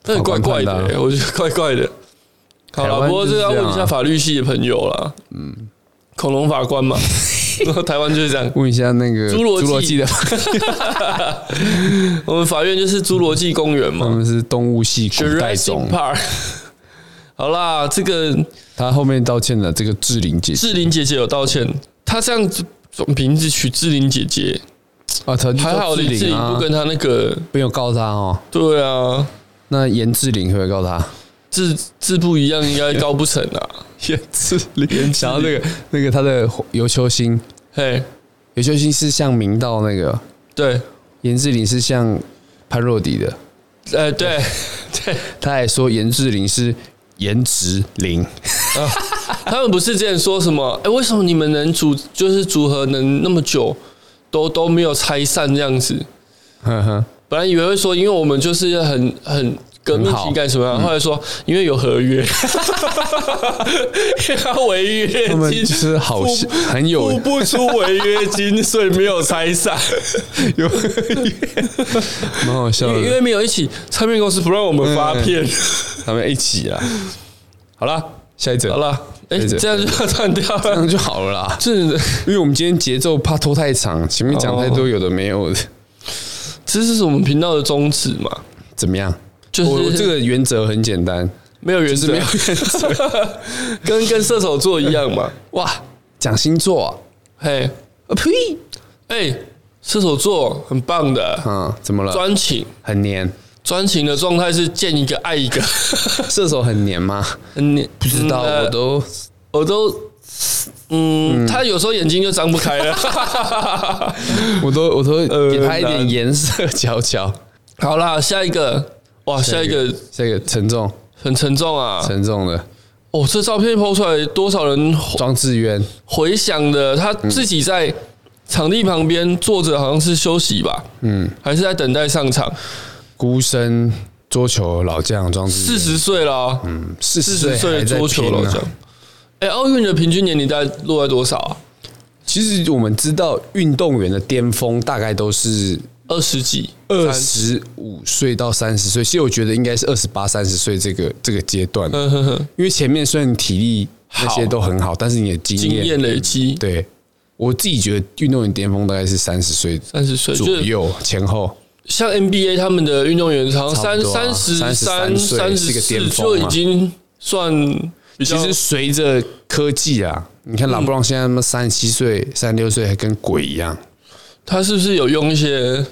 [SPEAKER 1] 那、怪怪的、欸
[SPEAKER 2] 嗯法官判的啊
[SPEAKER 1] 我觉得怪怪的。好
[SPEAKER 2] 台
[SPEAKER 1] 了，
[SPEAKER 2] 湾
[SPEAKER 1] 不过
[SPEAKER 2] 就是
[SPEAKER 1] 这个要
[SPEAKER 2] 这样
[SPEAKER 1] 问一下
[SPEAKER 2] 啊
[SPEAKER 1] 法律系的朋友啦。嗯，恐龙法官
[SPEAKER 2] [laughs]
[SPEAKER 1] 嘛，然后台湾就是这样。
[SPEAKER 2] 问一下那个
[SPEAKER 1] 侏罗纪
[SPEAKER 2] 纪的，
[SPEAKER 1] 我们法院就是侏罗纪公园
[SPEAKER 2] [laughs] 他
[SPEAKER 1] 嘛
[SPEAKER 2] 们是动物系古代种
[SPEAKER 1] ，Jurassic，Park。好啦，这个
[SPEAKER 2] 他后面道歉了，这个志玲姐
[SPEAKER 1] 志玲姐姐有道歉，她这样子名字取志玲姐姐，
[SPEAKER 2] 啊，他就说
[SPEAKER 1] 还好
[SPEAKER 2] 志
[SPEAKER 1] 林志
[SPEAKER 2] 玲
[SPEAKER 1] 玲
[SPEAKER 2] 啊
[SPEAKER 1] 不，跟她那个，
[SPEAKER 2] 没有告他哦，
[SPEAKER 1] 对啊，
[SPEAKER 2] 那严志玲会不会告他？
[SPEAKER 1] 字字不一样，应该高不成啊。
[SPEAKER 2] 严志玲，想到那个那个他的尤秋兴，
[SPEAKER 1] 嘿，
[SPEAKER 2] 尤秋兴是像明道那个。
[SPEAKER 1] 对，
[SPEAKER 2] 严志玲是像潘若迪的，
[SPEAKER 1] 呃，对，对，
[SPEAKER 2] 他还说严志玲是颜值 [laughs] 零，
[SPEAKER 1] 他们不是之前说什么？哎，为什么你们能组就是组合能那么久，都都没有拆散这样子？
[SPEAKER 2] 呵呵，
[SPEAKER 1] 本来以为会说，因为我们就是很很革命
[SPEAKER 2] 很好嗯
[SPEAKER 1] 情感什么样，啊后来说因为有合约， [laughs] 因为他违约
[SPEAKER 2] 他们就
[SPEAKER 1] 金
[SPEAKER 2] 是好像
[SPEAKER 1] 付
[SPEAKER 2] 很有
[SPEAKER 1] 付不出违约金，所以没有拆散。
[SPEAKER 2] 有 [laughs] 蛮好笑
[SPEAKER 1] 因为因
[SPEAKER 2] 的，
[SPEAKER 1] 为没有一起，唱片公司不让我们发片。
[SPEAKER 2] 他们一起啊。好啦，下一则，
[SPEAKER 1] 好，了，哎，
[SPEAKER 2] 对对
[SPEAKER 1] 这样就要断掉
[SPEAKER 2] 这
[SPEAKER 1] 了。
[SPEAKER 2] 样就好了啦。
[SPEAKER 1] 这
[SPEAKER 2] 因为我们今天节奏怕拖太长，前面讲太多有的没有的，
[SPEAKER 1] 这是我们频道的宗旨嘛？
[SPEAKER 2] 怎么样？
[SPEAKER 1] 就是
[SPEAKER 2] 我我这个原则很简单，
[SPEAKER 1] 没有原则，
[SPEAKER 2] 没有
[SPEAKER 1] 原则， [laughs] 跟跟射手座一样嘛？
[SPEAKER 2] 哇，讲星座啊，
[SPEAKER 1] 嘿，
[SPEAKER 2] 啊呸，
[SPEAKER 1] 哎，射手座很棒的，
[SPEAKER 2] 嗯，怎么了？
[SPEAKER 1] 专情。
[SPEAKER 2] 很黏，
[SPEAKER 1] 专情的状态是见一个爱 [laughs] 一个，
[SPEAKER 2] 射手很黏吗？呃
[SPEAKER 1] 你不
[SPEAKER 2] 不知道，我都
[SPEAKER 1] 嗯我都。嗯，他有时候眼睛就张不开 [laughs] 了。
[SPEAKER 2] [laughs] 我都我都
[SPEAKER 1] 呃
[SPEAKER 2] 给他一点颜色瞧瞧。
[SPEAKER 1] 好啦，下一个，哇，下一个
[SPEAKER 2] 这个沉重
[SPEAKER 1] 很沉重啊。
[SPEAKER 2] 沉重的
[SPEAKER 1] 哦，这照片 PO 出来，多少人
[SPEAKER 2] 庄智渊，
[SPEAKER 1] 回想的，他
[SPEAKER 2] 嗯
[SPEAKER 1] 自己在场地旁边坐着，好像是休息吧，嗯，还是在等待上
[SPEAKER 2] 嗯
[SPEAKER 1] 场。
[SPEAKER 2] 孤身桌球老将庄智
[SPEAKER 1] 四十岁了哦，
[SPEAKER 2] 渊，四
[SPEAKER 1] 四十岁
[SPEAKER 2] 嗯还在
[SPEAKER 1] 桌球
[SPEAKER 2] 拼
[SPEAKER 1] 老
[SPEAKER 2] 啊
[SPEAKER 1] 将。哎，奥运的平均年龄大概落在多少啊？
[SPEAKER 2] 其实我们知道，运动员的巅峰大概都是
[SPEAKER 1] 二十几，
[SPEAKER 2] 二
[SPEAKER 1] 三，
[SPEAKER 2] 十五岁到三十岁，
[SPEAKER 1] 嗯
[SPEAKER 2] 其实我觉得应该是二十八、三十岁这个这个阶段，
[SPEAKER 1] 呵呵呵，
[SPEAKER 2] 因为前面虽然体力那些都很好，但是你的经
[SPEAKER 1] 经验
[SPEAKER 2] 验，
[SPEAKER 1] 累积，
[SPEAKER 2] 嗯对我自己觉得运动员巅峰大概是三十岁
[SPEAKER 1] 三十岁
[SPEAKER 2] 左
[SPEAKER 1] 就是
[SPEAKER 2] 右前后，
[SPEAKER 1] 像 NBA 他们的运动员，好像三
[SPEAKER 2] 差不多啊
[SPEAKER 1] 三十三、
[SPEAKER 2] 33岁
[SPEAKER 1] 三
[SPEAKER 2] 是
[SPEAKER 1] 十
[SPEAKER 2] 一个
[SPEAKER 1] 四
[SPEAKER 2] 巅峰
[SPEAKER 1] 就已
[SPEAKER 2] 嘛
[SPEAKER 1] 经算比
[SPEAKER 2] 其
[SPEAKER 1] 较嗯
[SPEAKER 2] 实随着科技啊，你看老布朗现在他妈三十七岁、三十六岁还跟鬼一样，
[SPEAKER 1] 他是不是有用一些？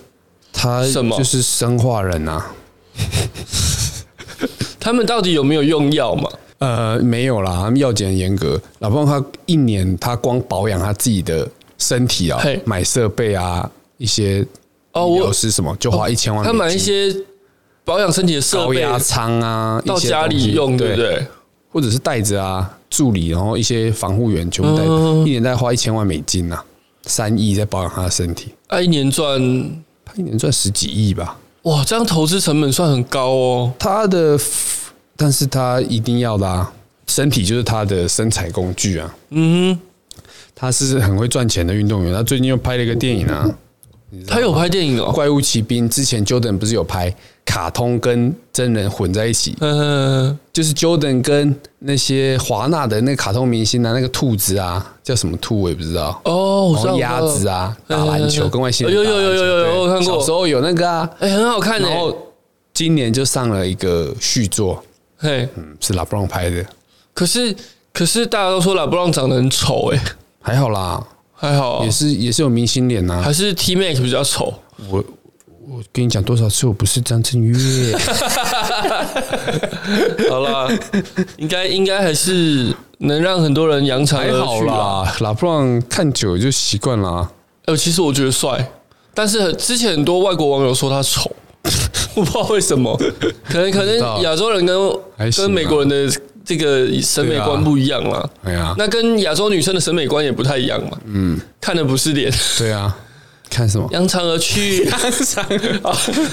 [SPEAKER 2] 他
[SPEAKER 1] 什么
[SPEAKER 2] 就是生化人啊。
[SPEAKER 1] 他们到底有没有用药嘛？
[SPEAKER 2] 呃，没有啦，他们药检很严格。老布朗他一年他光保养他自己的身体啊
[SPEAKER 1] 嘿，
[SPEAKER 2] 买设备啊，一些
[SPEAKER 1] 哦，
[SPEAKER 2] 医疗
[SPEAKER 1] 我
[SPEAKER 2] 是什么就花一千万美
[SPEAKER 1] 他
[SPEAKER 2] 金。
[SPEAKER 1] 买一些保养身体的设
[SPEAKER 2] 高
[SPEAKER 1] 备
[SPEAKER 2] 压舱啊，
[SPEAKER 1] 到
[SPEAKER 2] 一些
[SPEAKER 1] 家
[SPEAKER 2] 东西
[SPEAKER 1] 里用，对不？对？
[SPEAKER 2] 或者是带着啊，助理，然后一些防护员全部带着，
[SPEAKER 1] 嗯
[SPEAKER 2] 一年大概花一千万美金啊，三亿在保养他的身体，
[SPEAKER 1] 啊，一年赚
[SPEAKER 2] 他一年赚十几亿吧。
[SPEAKER 1] 哇，这样投资成本算很高哦。
[SPEAKER 2] 他的，但是他一定要的啊，身体就是他的生产工具啊。
[SPEAKER 1] 嗯，
[SPEAKER 2] 他是很会赚钱的运动员，他最近又拍了一个电影啊，
[SPEAKER 1] 他有拍电影
[SPEAKER 2] 《
[SPEAKER 1] 哦。 [laughs]
[SPEAKER 2] 怪物骑兵》。之前 Jordan 不是有拍卡通跟真人混在一起，
[SPEAKER 1] 嗯，
[SPEAKER 2] 就是 Jordan 跟那些华纳的那个卡通明星啊，那个兔子啊，叫什么兔我也不知道。
[SPEAKER 1] 哦，我
[SPEAKER 2] 然
[SPEAKER 1] 知道
[SPEAKER 2] 后鸭子，啊，打篮球
[SPEAKER 1] 嗯
[SPEAKER 2] 跟外星人
[SPEAKER 1] 有
[SPEAKER 2] 打篮球，
[SPEAKER 1] 有有有有
[SPEAKER 2] 对
[SPEAKER 1] 我看过
[SPEAKER 2] 小时候有那个啊，
[SPEAKER 1] 我知道哎，很好看
[SPEAKER 2] 然
[SPEAKER 1] 诶。
[SPEAKER 2] 后今年就上了一个续作，
[SPEAKER 1] 嘿，
[SPEAKER 2] 嗯，是拉布朗拍的，
[SPEAKER 1] 可是可是大家都说拉布朗长得很丑，哎，
[SPEAKER 2] 还好啦，
[SPEAKER 1] 还好啊
[SPEAKER 2] 嗯也是也是有明星脸呐、
[SPEAKER 1] 还是 T Mac 比较丑。
[SPEAKER 2] [laughs] 我我跟你讲多少次，我不是张
[SPEAKER 1] [laughs]
[SPEAKER 2] 震岳，
[SPEAKER 1] 好啦， [laughs] 应该应该还是能让很多人扬长而
[SPEAKER 2] 还
[SPEAKER 1] 去啊
[SPEAKER 2] 好 [laughs] 啦，拉布朗看久了就习惯啦。
[SPEAKER 1] 呃，其实我觉得帅，但是很之前很多外国网友说他丑， [laughs] 我不知道为什么，可能可
[SPEAKER 2] 道
[SPEAKER 1] 能亚洲人跟
[SPEAKER 2] 还行啊啊
[SPEAKER 1] 跟美国人的这个审美观不一样啦。
[SPEAKER 2] 哎呀，
[SPEAKER 1] 那跟亚洲女生的审美观也不太一样嘛，嗯， [laughs] 看的不是脸，
[SPEAKER 2] 对啊，看什么？
[SPEAKER 1] 扬长而去，啊
[SPEAKER 2] 扬长而，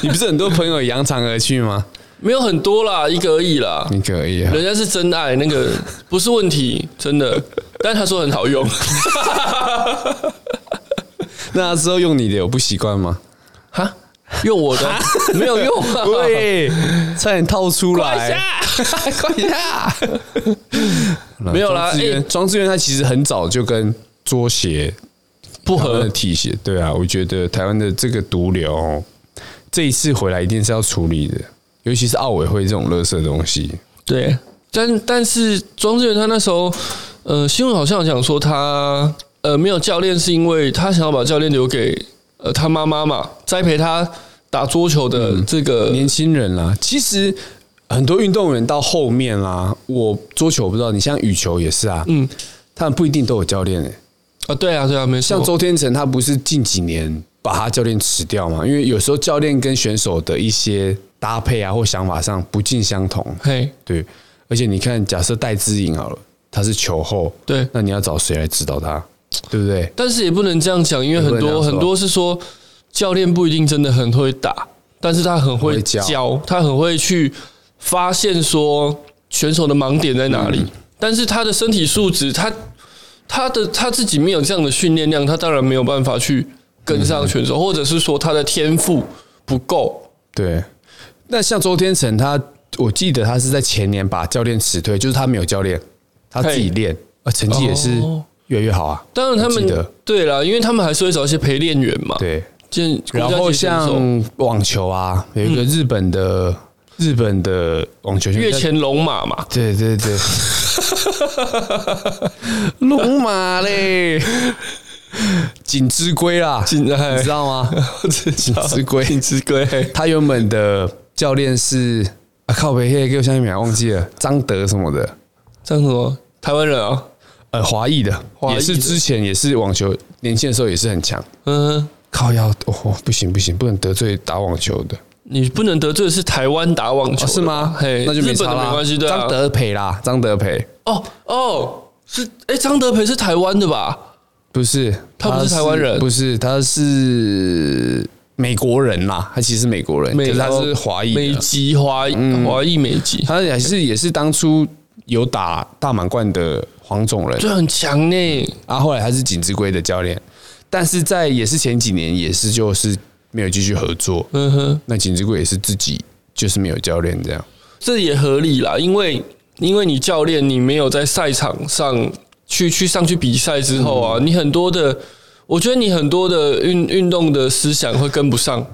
[SPEAKER 2] 你不是很多朋友扬长而去吗？
[SPEAKER 1] 没有很多啦，一个而已啦，
[SPEAKER 2] 你可以啊，
[SPEAKER 1] 人家是真爱，那个不是问题，真的，但他说很好用， [laughs]
[SPEAKER 2] 那之后用你的有不习惯吗？
[SPEAKER 1] 哈，用我的没有用、啊，
[SPEAKER 2] 对， [laughs] 差点套
[SPEAKER 1] [laughs]
[SPEAKER 2] 出
[SPEAKER 1] 快
[SPEAKER 2] 来。
[SPEAKER 1] 下。
[SPEAKER 2] 快下！
[SPEAKER 1] 没有啦
[SPEAKER 2] 庄智
[SPEAKER 1] 哎
[SPEAKER 2] 渊，庄智渊他其实很早就跟桌鞋
[SPEAKER 1] 不
[SPEAKER 2] 台湾
[SPEAKER 1] 合
[SPEAKER 2] 的，体协，对啊，我觉得台湾的这个毒瘤哦，这一次回来一定是要处理的，尤其是奥委会这种垃圾东西。
[SPEAKER 1] 对，但但是庄志源他那时候，呃，新闻好像有讲说他呃没有教练，是因为他想要把教练留给呃他妈妈嘛，栽培他打桌球的这个、
[SPEAKER 2] 年轻人啦、其实很多运动员到后面啦、我桌球我不知道，你像羽球也是啊，嗯，他们不一定都有教练诶、欸
[SPEAKER 1] 啊，对啊，对啊，没错
[SPEAKER 2] 像周天成，他不是近几年把他教练辞掉嘛？因为有时候教练跟选手的一些搭配啊或想法上不尽相同，
[SPEAKER 1] 嘿，
[SPEAKER 2] 对。而且你看，假设戴资颖好了，他是球后，
[SPEAKER 1] 对
[SPEAKER 2] 那你要找谁来指导他，对不对？
[SPEAKER 1] 但是也不能这样讲，因为
[SPEAKER 2] 也不
[SPEAKER 1] 很
[SPEAKER 2] 能
[SPEAKER 1] 多
[SPEAKER 2] 这样说
[SPEAKER 1] 很多是说教练不一定真的很会打，但是他很会
[SPEAKER 2] 会教
[SPEAKER 1] 他很会去发现说选手的盲点在哪
[SPEAKER 2] 嗯
[SPEAKER 1] 里。但是他的身体素质，他他的他自己没有这样的训练量，他当然没有办法去跟上
[SPEAKER 2] 嗯
[SPEAKER 1] 选手，或者是说他的天赋不够。
[SPEAKER 2] 对。那像周天成，他我记得他是在前年把教练辞退，就是他没有教练，他自己
[SPEAKER 1] 嘿
[SPEAKER 2] 练，呃，成绩也是
[SPEAKER 1] 哦
[SPEAKER 2] 越来越好啊。
[SPEAKER 1] 当然，他
[SPEAKER 2] 我记得
[SPEAKER 1] 们对啦，因为他们还是会找一些陪练员嘛。，
[SPEAKER 2] 对，
[SPEAKER 1] 见
[SPEAKER 2] 然后像网球啊，有一个日本的、日本的网球选手
[SPEAKER 1] 月
[SPEAKER 2] 叫
[SPEAKER 1] 嗯前龙马
[SPEAKER 2] [laughs]
[SPEAKER 1] 嘛，
[SPEAKER 2] 对对
[SPEAKER 1] [laughs]
[SPEAKER 2] 对，龙马嘞， [laughs] 锦织龟啦，
[SPEAKER 1] 锦哎
[SPEAKER 2] 你知道
[SPEAKER 1] [laughs]
[SPEAKER 2] 吗？锦织龟，
[SPEAKER 1] 锦织龟
[SPEAKER 2] 他原本的教练是啊靠北，嘿，给我想一秒，忘记了张德什么的，
[SPEAKER 1] 这样什么台湾人啊，
[SPEAKER 2] 呃，华裔的，
[SPEAKER 1] 华裔
[SPEAKER 2] 也是
[SPEAKER 1] 的
[SPEAKER 2] 之前也是网球年轻的时候也是很强。
[SPEAKER 1] 嗯。
[SPEAKER 2] 靠腰哦，不行不行，不能得罪打网球的。
[SPEAKER 1] 你不能得罪的是台湾打网球、
[SPEAKER 2] 哦，是吗？
[SPEAKER 1] 嘿，
[SPEAKER 2] 那就没
[SPEAKER 1] 日本
[SPEAKER 2] 差
[SPEAKER 1] 的
[SPEAKER 2] 啦。
[SPEAKER 1] 没关系，对啊。
[SPEAKER 2] 张德培啦，张德培
[SPEAKER 1] 哦哦，是哎，张德培是台湾的吧？
[SPEAKER 2] 不是，
[SPEAKER 1] 他不是台湾人
[SPEAKER 2] 不是，他是美国人啦，他其实是美国人，可
[SPEAKER 1] 美
[SPEAKER 2] 是他是华裔
[SPEAKER 1] 美
[SPEAKER 2] 的，嗯
[SPEAKER 1] 籍华华裔美籍，
[SPEAKER 2] 他也是也是当初有打大满贯的黄种人
[SPEAKER 1] 就，很强呢。
[SPEAKER 2] 啊，后来他是锦织龟的教练，但是在也是前几年也是就是没有继续合作，
[SPEAKER 1] 嗯哼，
[SPEAKER 2] 那锦织龟也是自己就是没有教练这样，
[SPEAKER 1] 这也合理啦，因为因为你教练你没有在赛场上去去上去比赛之后
[SPEAKER 2] 嗯
[SPEAKER 1] 啊，你很多的，我觉得你很多的运运动的思想会跟不上，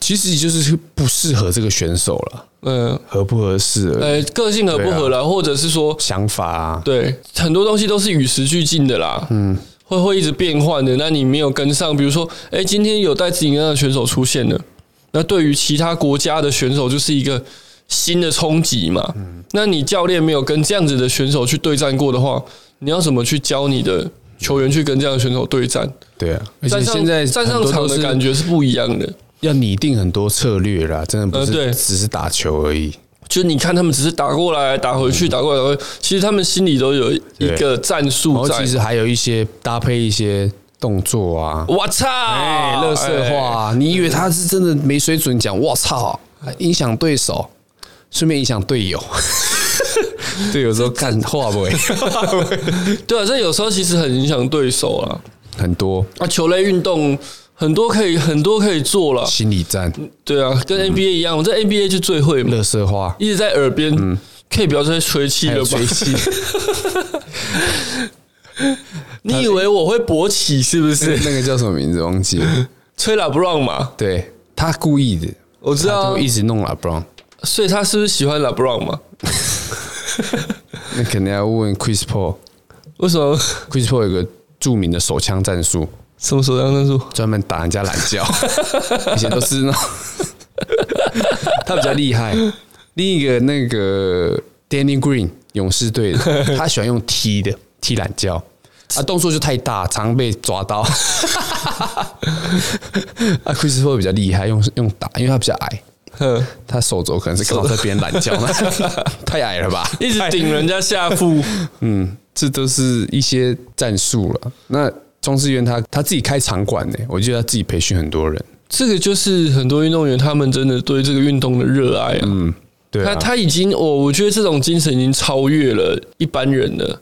[SPEAKER 2] 其实就是不适合这个选手了，
[SPEAKER 1] 嗯，
[SPEAKER 2] 合不合适而
[SPEAKER 1] 呃，
[SPEAKER 2] 已
[SPEAKER 1] 个性合不合
[SPEAKER 2] 啊
[SPEAKER 1] 啦，或者是说，
[SPEAKER 2] 想法啊，
[SPEAKER 1] 对，很多东西都是与时俱进的啦，嗯，会会一直变换的。那你没有跟上，比如说，哎，今天有戴资颖那样的选手出现了，那对于其他国家的选手就是一个新的冲击嘛。
[SPEAKER 2] 嗯
[SPEAKER 1] 那你教练没有跟这样子的选手去对战过的话，你要怎么去教你的球员去跟这样的选手对战？
[SPEAKER 2] 对啊，而且
[SPEAKER 1] 站上
[SPEAKER 2] 现在
[SPEAKER 1] 站上
[SPEAKER 2] 很多
[SPEAKER 1] 场
[SPEAKER 2] 都
[SPEAKER 1] 的
[SPEAKER 2] 是
[SPEAKER 1] 感觉是不一样的。
[SPEAKER 2] 要拟定很多策略啦，真的不
[SPEAKER 1] 呃对
[SPEAKER 2] 是只是打球而已。
[SPEAKER 1] 就你看他们只是打过来、打回去、打过来、打回去，其实他们心里都有一个战
[SPEAKER 2] 然
[SPEAKER 1] 术
[SPEAKER 2] 后
[SPEAKER 1] 在。
[SPEAKER 2] 其实还有一些搭配一些动作啊，
[SPEAKER 1] 我操！
[SPEAKER 2] 哎，乐色话、啊，你以为他是真的没水准讲？我操，还影响对手，顺便影响
[SPEAKER 1] [laughs]
[SPEAKER 2] 队友。队友说干话不会
[SPEAKER 1] 对啊，这有时候其实很影响对手啊。
[SPEAKER 2] 很多
[SPEAKER 1] 啊，球类运动很多可以很多可以做了，
[SPEAKER 2] 心理战，
[SPEAKER 1] 对啊，跟 NBA 一样，我在 NBA 就最会嘛，
[SPEAKER 2] 乐色话，
[SPEAKER 1] 一直在耳边，可以不要再嗯吹气
[SPEAKER 2] 还
[SPEAKER 1] 了
[SPEAKER 2] 有
[SPEAKER 1] 吧
[SPEAKER 2] 吹？气，
[SPEAKER 1] [laughs] 你以为我会勃起是不是？
[SPEAKER 2] 那个叫什么名字忘记了？
[SPEAKER 1] 吹喇不让嘛，
[SPEAKER 2] 对他故意的，
[SPEAKER 1] 我知道
[SPEAKER 2] 就
[SPEAKER 1] 啊，
[SPEAKER 2] 一直弄 LeBron。
[SPEAKER 1] 所以他是不是喜欢喇不让嘛？
[SPEAKER 2] 那肯定要问 Chris Paul，Chris
[SPEAKER 1] 为什么
[SPEAKER 2] Paul 有个著名的手枪战术，
[SPEAKER 1] [laughs] 什么手枪战术？
[SPEAKER 2] 专门打人家懒觉， [laughs] 以前都是那种， [laughs] 他比较厉害。另一个那个 Danny Green 勇士队的，他喜欢用踢的踢懒觉，啊，动作就太大，常被抓到。 [laughs] 啊，Chris Paul 比较厉害，用用打，因为他比较矮，
[SPEAKER 1] 哼
[SPEAKER 2] 他手肘可能是靠在别人懒觉， [laughs] 太矮了吧？
[SPEAKER 1] [laughs] 一直顶人家下腹，
[SPEAKER 2] 嗯，这都是一些战术了。那庄志源他他自己开场馆呢、我记得他自己培训很多人。
[SPEAKER 1] [laughs] 这个就是很多运动员他们真的对这个运动的热爱啊。
[SPEAKER 2] 嗯，对
[SPEAKER 1] 他他已经，我我觉得这种精神已经超越了一般人了。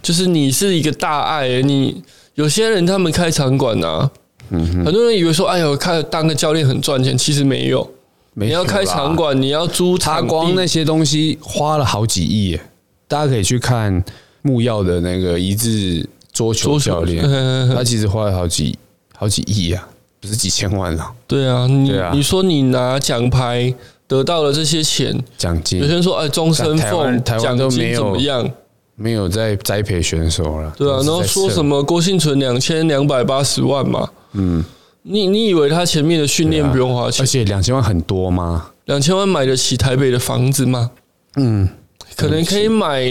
[SPEAKER 1] 就是你是一个大爱，你有些人他们开场馆啊，
[SPEAKER 2] 嗯
[SPEAKER 1] 很多人以为说，哎呦，开当个教练很赚钱，其实没有。
[SPEAKER 2] 没
[SPEAKER 1] 你要
[SPEAKER 2] 错啦
[SPEAKER 1] 开场，馆，你要租
[SPEAKER 2] 他
[SPEAKER 1] 场
[SPEAKER 2] 光
[SPEAKER 1] 地
[SPEAKER 2] 那些东西花了好几亿耶，大家可以去看木曜的那个一致桌球
[SPEAKER 1] 桌球
[SPEAKER 2] 教
[SPEAKER 1] [laughs]
[SPEAKER 2] 练
[SPEAKER 1] 嗯嗯，嗯
[SPEAKER 2] 他其实花了好几好几亿啊，不是几千万啊，
[SPEAKER 1] 对啊，你
[SPEAKER 2] 对啊
[SPEAKER 1] 你说你拿奖牌得到了这些钱，
[SPEAKER 2] 奖
[SPEAKER 1] 有些
[SPEAKER 2] 金
[SPEAKER 1] 人说，哎，终身
[SPEAKER 2] 台湾
[SPEAKER 1] 俸
[SPEAKER 2] 台湾
[SPEAKER 1] 奖
[SPEAKER 2] 都没
[SPEAKER 1] 金
[SPEAKER 2] 有
[SPEAKER 1] 怎么样？
[SPEAKER 2] 没有在栽培选手了。
[SPEAKER 1] 对啊，
[SPEAKER 2] 都
[SPEAKER 1] 然
[SPEAKER 2] 是
[SPEAKER 1] 后
[SPEAKER 2] 在
[SPEAKER 1] 说
[SPEAKER 2] 蹭
[SPEAKER 1] 什？么郭幸存两千两百八十万嘛，嗯，你你以为他前面的训练
[SPEAKER 2] 啊
[SPEAKER 1] 不用花钱
[SPEAKER 2] 而？且两千万很多吗？
[SPEAKER 1] 两千万买得起台北的房子吗？
[SPEAKER 2] 嗯，
[SPEAKER 1] 可能可以买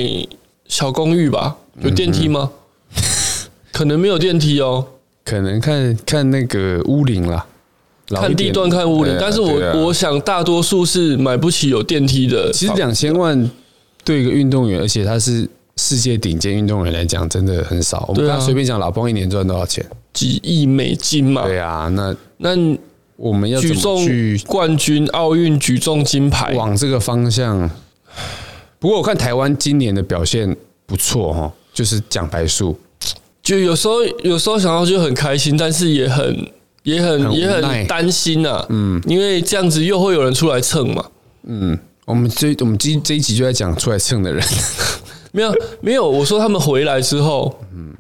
[SPEAKER 1] 小公寓吧？有电梯吗？
[SPEAKER 2] 嗯
[SPEAKER 1] 可能没有电梯哦，
[SPEAKER 2] 可能看看那个屋龄啦，老
[SPEAKER 1] 看
[SPEAKER 2] 一
[SPEAKER 1] 地
[SPEAKER 2] 点
[SPEAKER 1] 段看屋龄
[SPEAKER 2] 对。啊
[SPEAKER 1] 但是
[SPEAKER 2] 对啊
[SPEAKER 1] 我我想大多数是买不起有电梯的。
[SPEAKER 2] 其实两千万对一个运动员，而且他是世界顶尖运动员来讲，真的很少。我们
[SPEAKER 1] 对啊
[SPEAKER 2] 刚刚随便讲，老邦一年赚多少钱？
[SPEAKER 1] 几亿美金嘛，
[SPEAKER 2] 对啊，那
[SPEAKER 1] 那
[SPEAKER 2] 我们要怎
[SPEAKER 1] 举
[SPEAKER 2] 么
[SPEAKER 1] 重
[SPEAKER 2] 去
[SPEAKER 1] 冠军、奥运举重金牌，
[SPEAKER 2] 往这个方向？不过我看台湾今年的表现不错哦，就是奖牌数
[SPEAKER 1] 就有时候有时候想到就很开心，但是也很也很
[SPEAKER 2] 很无
[SPEAKER 1] 也
[SPEAKER 2] 奈
[SPEAKER 1] 很担心啊。嗯，因为这样子又会有人出来蹭嘛。
[SPEAKER 2] 嗯，我们这我们今这一集就在讲出来蹭的人， [laughs]
[SPEAKER 1] 没有没有，我说他们回来之后，嗯，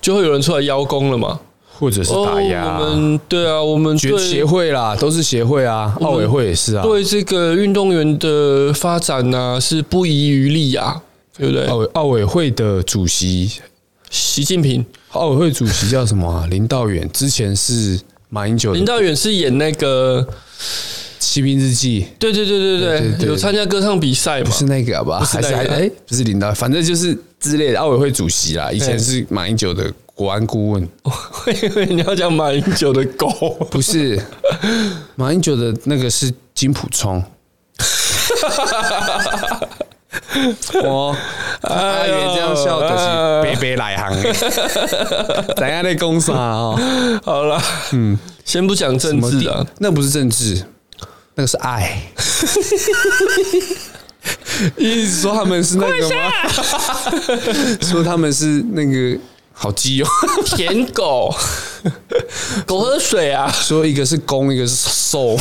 [SPEAKER 1] 就会有人出来邀功了嘛。
[SPEAKER 2] 或者是打压
[SPEAKER 1] 我们对啊，我们
[SPEAKER 2] 觉协
[SPEAKER 1] 对
[SPEAKER 2] 会啦，都是协会啊，
[SPEAKER 1] 们
[SPEAKER 2] 奥委会也是啊，
[SPEAKER 1] 对这个运动员的发展呢、是不遗余力啊，对不对？
[SPEAKER 2] 奥委奥委会的主席
[SPEAKER 1] 习近平、
[SPEAKER 2] 奥委会主席叫什么、啊？林道远，之前是马英九的
[SPEAKER 1] 林
[SPEAKER 2] 《
[SPEAKER 1] 道远是演那个，
[SPEAKER 2] 骑兵日记
[SPEAKER 1] 对对对对
[SPEAKER 2] 对对
[SPEAKER 1] 对，
[SPEAKER 2] 对
[SPEAKER 1] 有参加歌唱比赛》，嘛
[SPEAKER 2] 不？是那个好吧？
[SPEAKER 1] 不是
[SPEAKER 2] 还
[SPEAKER 1] 那
[SPEAKER 2] 是
[SPEAKER 1] 个
[SPEAKER 2] 还哎、不是林道，反正就是之类的奥委会主席啦。以前是马英九的国安顾问，
[SPEAKER 1] [laughs] 我以为你要讲马英九的狗。[laughs]
[SPEAKER 2] 不是马英九的那个是金普聪。我哦阿元这样笑，就是
[SPEAKER 1] 哦哎呦
[SPEAKER 2] 白白
[SPEAKER 1] [laughs]
[SPEAKER 2] 来行。咱家在攻啥哦？
[SPEAKER 1] 好啦，嗯，先不讲政治啊，
[SPEAKER 2] 那不是政治，那个是
[SPEAKER 1] [laughs]
[SPEAKER 2] 爱。一直说他们是那个吗？ [laughs] 说他们是那个好基
[SPEAKER 1] [laughs]
[SPEAKER 2] 友，
[SPEAKER 1] 舔 [laughs] 狗，狗喝水啊，
[SPEAKER 2] 说一个是攻，一个是
[SPEAKER 1] [laughs]
[SPEAKER 2] 受，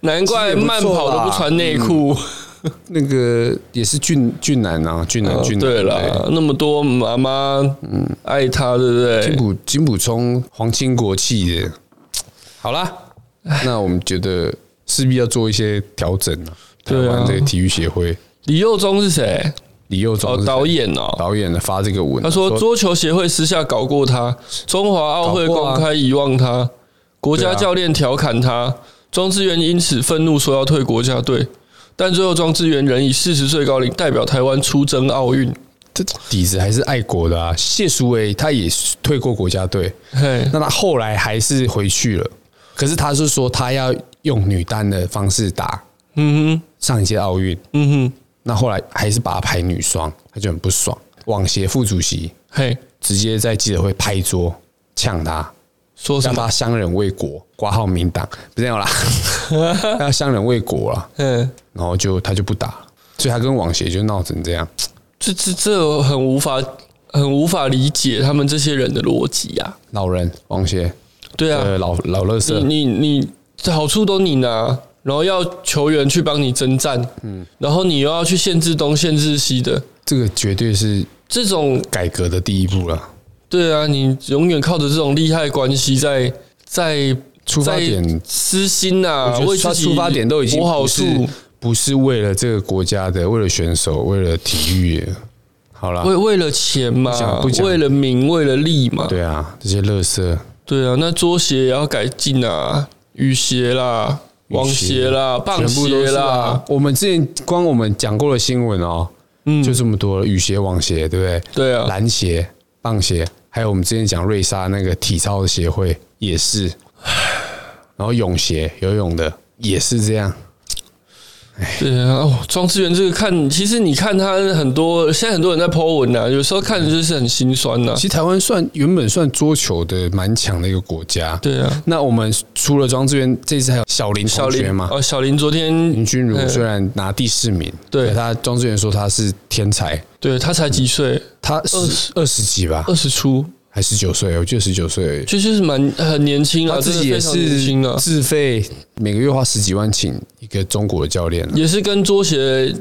[SPEAKER 1] 难怪慢跑都不穿内裤。
[SPEAKER 2] 那个也是俊俊男啊，俊男俊
[SPEAKER 1] 嗯
[SPEAKER 2] 男。
[SPEAKER 1] 哦对
[SPEAKER 2] 对
[SPEAKER 1] 啦，那么多妈妈，嗯，爱他，对不
[SPEAKER 2] 金
[SPEAKER 1] 对？
[SPEAKER 2] 普金普聪皇亲国戚的，好啦，那我们觉得势必要做一些调整啊。台
[SPEAKER 1] 对啊
[SPEAKER 2] 湾这个体育协会，
[SPEAKER 1] 李佑宗是谁？
[SPEAKER 2] 李佑宗
[SPEAKER 1] 哦，
[SPEAKER 2] 是
[SPEAKER 1] 导演哦。
[SPEAKER 2] 导演的发这个文啊，
[SPEAKER 1] 他说，桌球协会私下搞过他，中华奥会
[SPEAKER 2] 搞过啊
[SPEAKER 1] 公开遗忘他，国
[SPEAKER 2] 对
[SPEAKER 1] 家
[SPEAKER 2] 啊
[SPEAKER 1] 教练调侃他，庄智渊因此愤怒说要退国家队，但最后庄智渊仍以四十岁高龄代表台湾出征奥运。
[SPEAKER 2] 这底子还是爱国的啊。谢淑薇他也退过国家队，
[SPEAKER 1] 嘿，
[SPEAKER 2] 那他后来还是回去了，可是他是说他要用女单的方式打
[SPEAKER 1] 嗯哼，
[SPEAKER 2] 上一届奥运，
[SPEAKER 1] 嗯
[SPEAKER 2] 那后来还是把他排女双，他就很不爽。网协副主席
[SPEAKER 1] 哼，嘿，
[SPEAKER 2] 直接在记者会拍桌呛他，
[SPEAKER 1] 说什
[SPEAKER 2] 让
[SPEAKER 1] 么？
[SPEAKER 2] 他相忍为国，挂号民党不是没
[SPEAKER 1] [laughs]
[SPEAKER 2] 有啦，他相忍为国啦，
[SPEAKER 1] 嗯，
[SPEAKER 2] 然后就他就不打了，所以他跟网协就闹成这样。
[SPEAKER 1] 这这这很无法很无法理解他们这些人的逻辑呀、
[SPEAKER 2] 老人网协，
[SPEAKER 1] 对啊，
[SPEAKER 2] 呃，老老乐色，
[SPEAKER 1] 你你你这好处都你拿，然后要球员去帮你征战，嗯，然后你又要去限制东限制西的，
[SPEAKER 2] 这个绝对是
[SPEAKER 1] 这种
[SPEAKER 2] 改革的第一步了。
[SPEAKER 1] 对啊，你永远靠着这种利害关系在在
[SPEAKER 2] 出发点
[SPEAKER 1] 在私心呐、
[SPEAKER 2] 我觉
[SPEAKER 1] 啊，
[SPEAKER 2] 得
[SPEAKER 1] 为
[SPEAKER 2] 他
[SPEAKER 1] 自己
[SPEAKER 2] 出发点都已经
[SPEAKER 1] 谋好
[SPEAKER 2] 不是
[SPEAKER 1] 处，
[SPEAKER 2] 不是为了这个国家的，为了选手，为了体育，好啦，
[SPEAKER 1] 为为了钱嘛
[SPEAKER 2] 不讲不，讲
[SPEAKER 1] 为了名，为了利嘛，
[SPEAKER 2] 对啊，这些乐色
[SPEAKER 1] 对啊，那桌鞋也要改进啊，雨鞋啦，网鞋啦，棒
[SPEAKER 2] 全部都
[SPEAKER 1] 鞋
[SPEAKER 2] 是啊
[SPEAKER 1] 啦，。
[SPEAKER 2] 我们之前光我们讲过的新闻哦，
[SPEAKER 1] 嗯
[SPEAKER 2] 就这么多了，雨鞋、网鞋，对不对？
[SPEAKER 1] 对啊
[SPEAKER 2] 篮鞋、棒鞋，还有我们之前讲瑞莎那个体操的协会也是，然后泳鞋、游泳的也是这样。
[SPEAKER 1] 对啊，哦庄智源这个看，其实你看他很多，现在很多人在 po 文呐、有时候看着就是很心酸啊呐、
[SPEAKER 2] 其实台湾算原本算桌球的蛮强的一个国家，
[SPEAKER 1] 对啊，
[SPEAKER 2] 那我们除了庄智渊，这次还有小林
[SPEAKER 1] 小
[SPEAKER 2] 同学
[SPEAKER 1] 林
[SPEAKER 2] 嘛？
[SPEAKER 1] 哦，小林昨
[SPEAKER 2] 林
[SPEAKER 1] 天
[SPEAKER 2] 君如
[SPEAKER 1] 嗯
[SPEAKER 2] 虽然拿第四名，
[SPEAKER 1] 对
[SPEAKER 2] 可他庄智渊说他是天才，
[SPEAKER 1] 对他才几岁，
[SPEAKER 2] 他十二十几吧，
[SPEAKER 1] 二十出，
[SPEAKER 2] 还十九岁，我记得十九岁而已。
[SPEAKER 1] 就就是蛮很年轻啊，
[SPEAKER 2] 他自己也
[SPEAKER 1] 真的非常年
[SPEAKER 2] 是
[SPEAKER 1] 轻啊，
[SPEAKER 2] 自费，每个月花十几万请一个中国的教练啊
[SPEAKER 1] 也是跟桌鞋，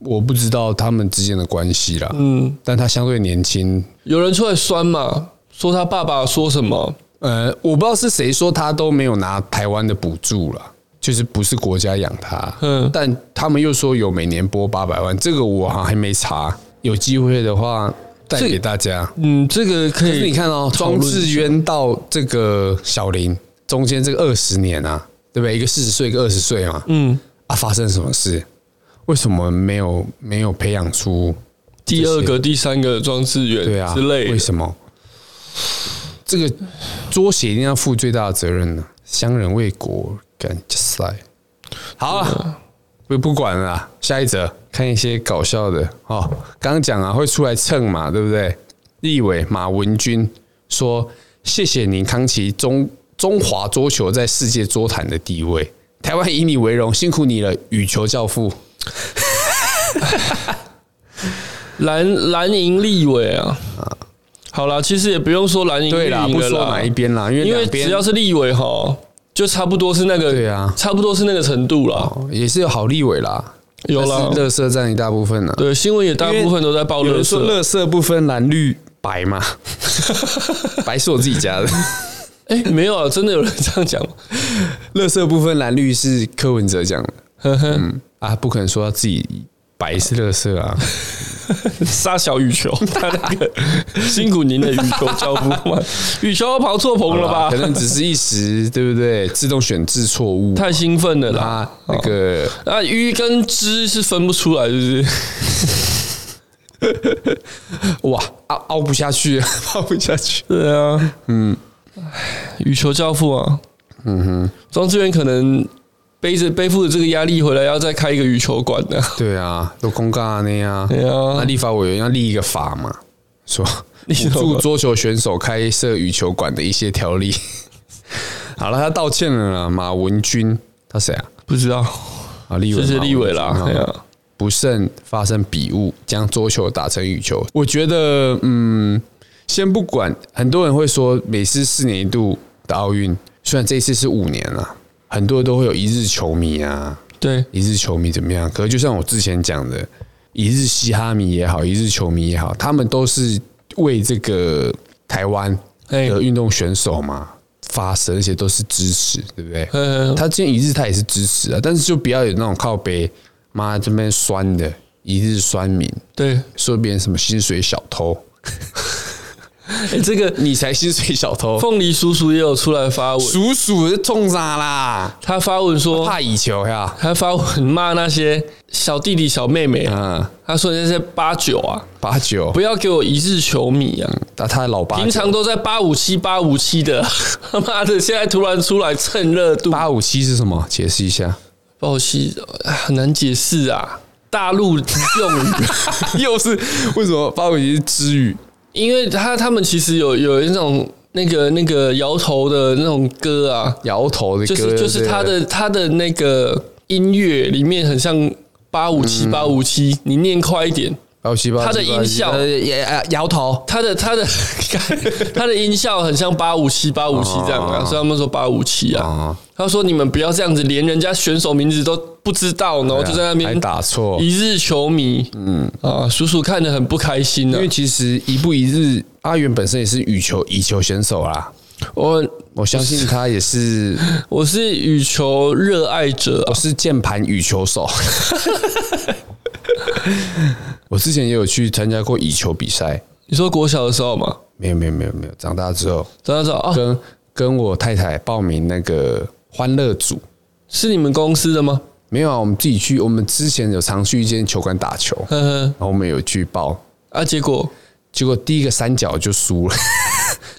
[SPEAKER 2] 我不知道他们之间的关系啦，
[SPEAKER 1] 嗯，
[SPEAKER 2] 但他相对年轻。
[SPEAKER 1] 有人出来酸嘛，说他爸爸说什么，
[SPEAKER 2] 呃，我不知道是谁说他都没有拿台湾的补助啦，就是不是国家养他，
[SPEAKER 1] 嗯
[SPEAKER 2] 但他们又说有每年拨八百万，这个我好像还没查，有机会的话带给大家。
[SPEAKER 1] 嗯，这个可
[SPEAKER 2] 可是
[SPEAKER 1] 以，
[SPEAKER 2] 你看哦，
[SPEAKER 1] 讨论一
[SPEAKER 2] 庄
[SPEAKER 1] 下
[SPEAKER 2] 智渊到这个小林中间这个二十年啊，对不对？一个四十岁，一个二十岁嘛，
[SPEAKER 1] 嗯，
[SPEAKER 2] 啊，发生什么事？为什么没有没有培养出
[SPEAKER 1] 第二
[SPEAKER 2] 这些
[SPEAKER 1] 个、第三个庄智源
[SPEAKER 2] 对啊
[SPEAKER 1] 之类的
[SPEAKER 2] 为什么？这个桌协一定要负最大的责任呢、相人为国，干塞。好了，不不管了啦，下一则看一些搞笑的哦。刚刚讲啊，会出来蹭嘛，对不对？立委马文君说：“谢谢您，康琪中中华桌球在世界桌坛的地位，台湾以你为荣，辛苦你了，羽球教父。”
[SPEAKER 1] 蓝蓝营立委啊。好啦，其实也不用说蓝营
[SPEAKER 2] 对啦，
[SPEAKER 1] 绿营
[SPEAKER 2] 不
[SPEAKER 1] 的
[SPEAKER 2] 说
[SPEAKER 1] 啦
[SPEAKER 2] 哪一边啦，因为
[SPEAKER 1] 因为
[SPEAKER 2] 两边
[SPEAKER 1] 只要是立委哈，就差不多是那个，
[SPEAKER 2] 对啊
[SPEAKER 1] 差不多是那个程度啦。
[SPEAKER 2] 哦也是有好立委啦，
[SPEAKER 1] 有啦
[SPEAKER 2] 但是乐色占一大部分啦。
[SPEAKER 1] 对，新闻也大部分都在报
[SPEAKER 2] 有
[SPEAKER 1] 乐
[SPEAKER 2] 人说
[SPEAKER 1] 色。
[SPEAKER 2] 乐色不分蓝绿白
[SPEAKER 1] [laughs]
[SPEAKER 2] 嘛，白是我自己加的。 [laughs]
[SPEAKER 1] 哎，没有啊，真的有人这样讲吗？
[SPEAKER 2] 乐色不分蓝绿是柯文哲讲的
[SPEAKER 1] 呵呵，
[SPEAKER 2] 啊，不可能说他自己白是乐色啊。
[SPEAKER 1] 杀小羽
[SPEAKER 2] [laughs]
[SPEAKER 1] 球，他那个辛苦您的羽球教父
[SPEAKER 2] [laughs]
[SPEAKER 1] 嘛，羽球跑错棚了
[SPEAKER 2] 好
[SPEAKER 1] 吧
[SPEAKER 2] 啦 [laughs] 可？能只是一时，对不对？自动选字错误
[SPEAKER 1] 太兴奋了啦！
[SPEAKER 2] 啊，那
[SPEAKER 1] [laughs]
[SPEAKER 2] 个
[SPEAKER 1] 啊，鱼跟汁是分不出来，是不是？哦
[SPEAKER 2] 哇，凹凹不下去， [laughs] 凹不下去。
[SPEAKER 1] 对啊，嗯，羽球教父啊，嗯哼，庄志远可能背着背负着这个压力回来，要再开一个羽球馆呢、
[SPEAKER 2] 对啊，都公告那样啊。
[SPEAKER 1] 对啊
[SPEAKER 2] 那立法委员要立一个法嘛，说
[SPEAKER 1] [laughs] 立什么
[SPEAKER 2] 辅助桌球选手开设羽球馆的一些条例。 [laughs] 好了，他道歉了啦，马文君，他谁啊？
[SPEAKER 1] [laughs] 不知道，
[SPEAKER 2] 啊，立委，
[SPEAKER 1] 这是立委啦
[SPEAKER 2] 马文
[SPEAKER 1] 哎
[SPEAKER 2] 君
[SPEAKER 1] 呀。
[SPEAKER 2] 不慎发生笔误，将桌球打成羽球。我觉得，嗯，先不管，很多人会说，每次四年一度的奥运，虽然这一次是五年了、很多人都会有一日球迷啊，
[SPEAKER 1] 对，
[SPEAKER 2] 一日球迷怎么样？可是就像我之前讲的，一日嘻哈迷也好，一日球迷也好，他们都是为这个台湾
[SPEAKER 1] 哎
[SPEAKER 2] 的运动选手嘛发声，而且都是支持，对不对？
[SPEAKER 1] 嗯，
[SPEAKER 2] 他今天一日他也是支持啊，但是就不要有那种靠背妈这边酸的一日酸民，
[SPEAKER 1] 对，
[SPEAKER 2] 说别人什么薪水小偷，
[SPEAKER 1] 哎，这个
[SPEAKER 2] 你才薪水小偷， [laughs]
[SPEAKER 1] 凤梨叔叔也有出来发文，
[SPEAKER 2] 鼠鼠是冲啥啦？
[SPEAKER 1] 他发文说
[SPEAKER 2] 怕以球呀，
[SPEAKER 1] 他发文骂那些小弟弟小妹妹啊，
[SPEAKER 2] 嗯，
[SPEAKER 1] 他说那些八九啊，
[SPEAKER 2] 八九
[SPEAKER 1] 不，要给我一日球迷啊，
[SPEAKER 2] 那他老八九
[SPEAKER 1] 平常都在八五七八五七的， [laughs] 他妈的现在突然出来蹭热度，
[SPEAKER 2] 八五七是什么？解释一下。
[SPEAKER 1] 八五七哎很难解释啊，大陆
[SPEAKER 2] [laughs]
[SPEAKER 1] 用语。
[SPEAKER 2] 又是为什么八五七是知语？
[SPEAKER 1] 因为他他们其实有有一种那个那个摇头的那种歌啊，
[SPEAKER 2] 摇头的歌，
[SPEAKER 1] 就是就是他的他的那个音乐里面很像八五
[SPEAKER 2] 嗯
[SPEAKER 1] 七八五七，你念快一点，
[SPEAKER 2] 八五七八，哎
[SPEAKER 1] 他的音效哎
[SPEAKER 2] 摇摇头，
[SPEAKER 1] 他的他的 [laughs] 他的音效很像八五七八五七这样啊，所以他们说八五七啊
[SPEAKER 2] 哦。
[SPEAKER 1] 他说你们不要这样子，连人家选手名字都不知道，然后就在那
[SPEAKER 2] 啊还
[SPEAKER 1] 边
[SPEAKER 2] 打错，
[SPEAKER 1] 一日球迷，嗯啊，叔叔看得很不开心
[SPEAKER 2] 因
[SPEAKER 1] 啊
[SPEAKER 2] 为。其实一步一日，阿元本身也是羽球羽球选手啦，
[SPEAKER 1] 我
[SPEAKER 2] 我相信他
[SPEAKER 1] [laughs]
[SPEAKER 2] 也是，
[SPEAKER 1] 我是羽球热爱者啊
[SPEAKER 2] 我，是键盘羽
[SPEAKER 1] [laughs]
[SPEAKER 2] 球手。我之前也有去参加过羽球比赛，
[SPEAKER 1] 你说国小的时候嘛，
[SPEAKER 2] 没有没有没有没有，长大之后
[SPEAKER 1] 找找找哦，
[SPEAKER 2] 跟跟我太太报名那个欢乐组，
[SPEAKER 1] 是你们公司的吗？
[SPEAKER 2] 没有啊，我们自己去，我们之前有常去一间球馆打球，
[SPEAKER 1] 呵呵
[SPEAKER 2] 然后我们有去报，
[SPEAKER 1] 啊，结果
[SPEAKER 2] 结果第一个三角就输了，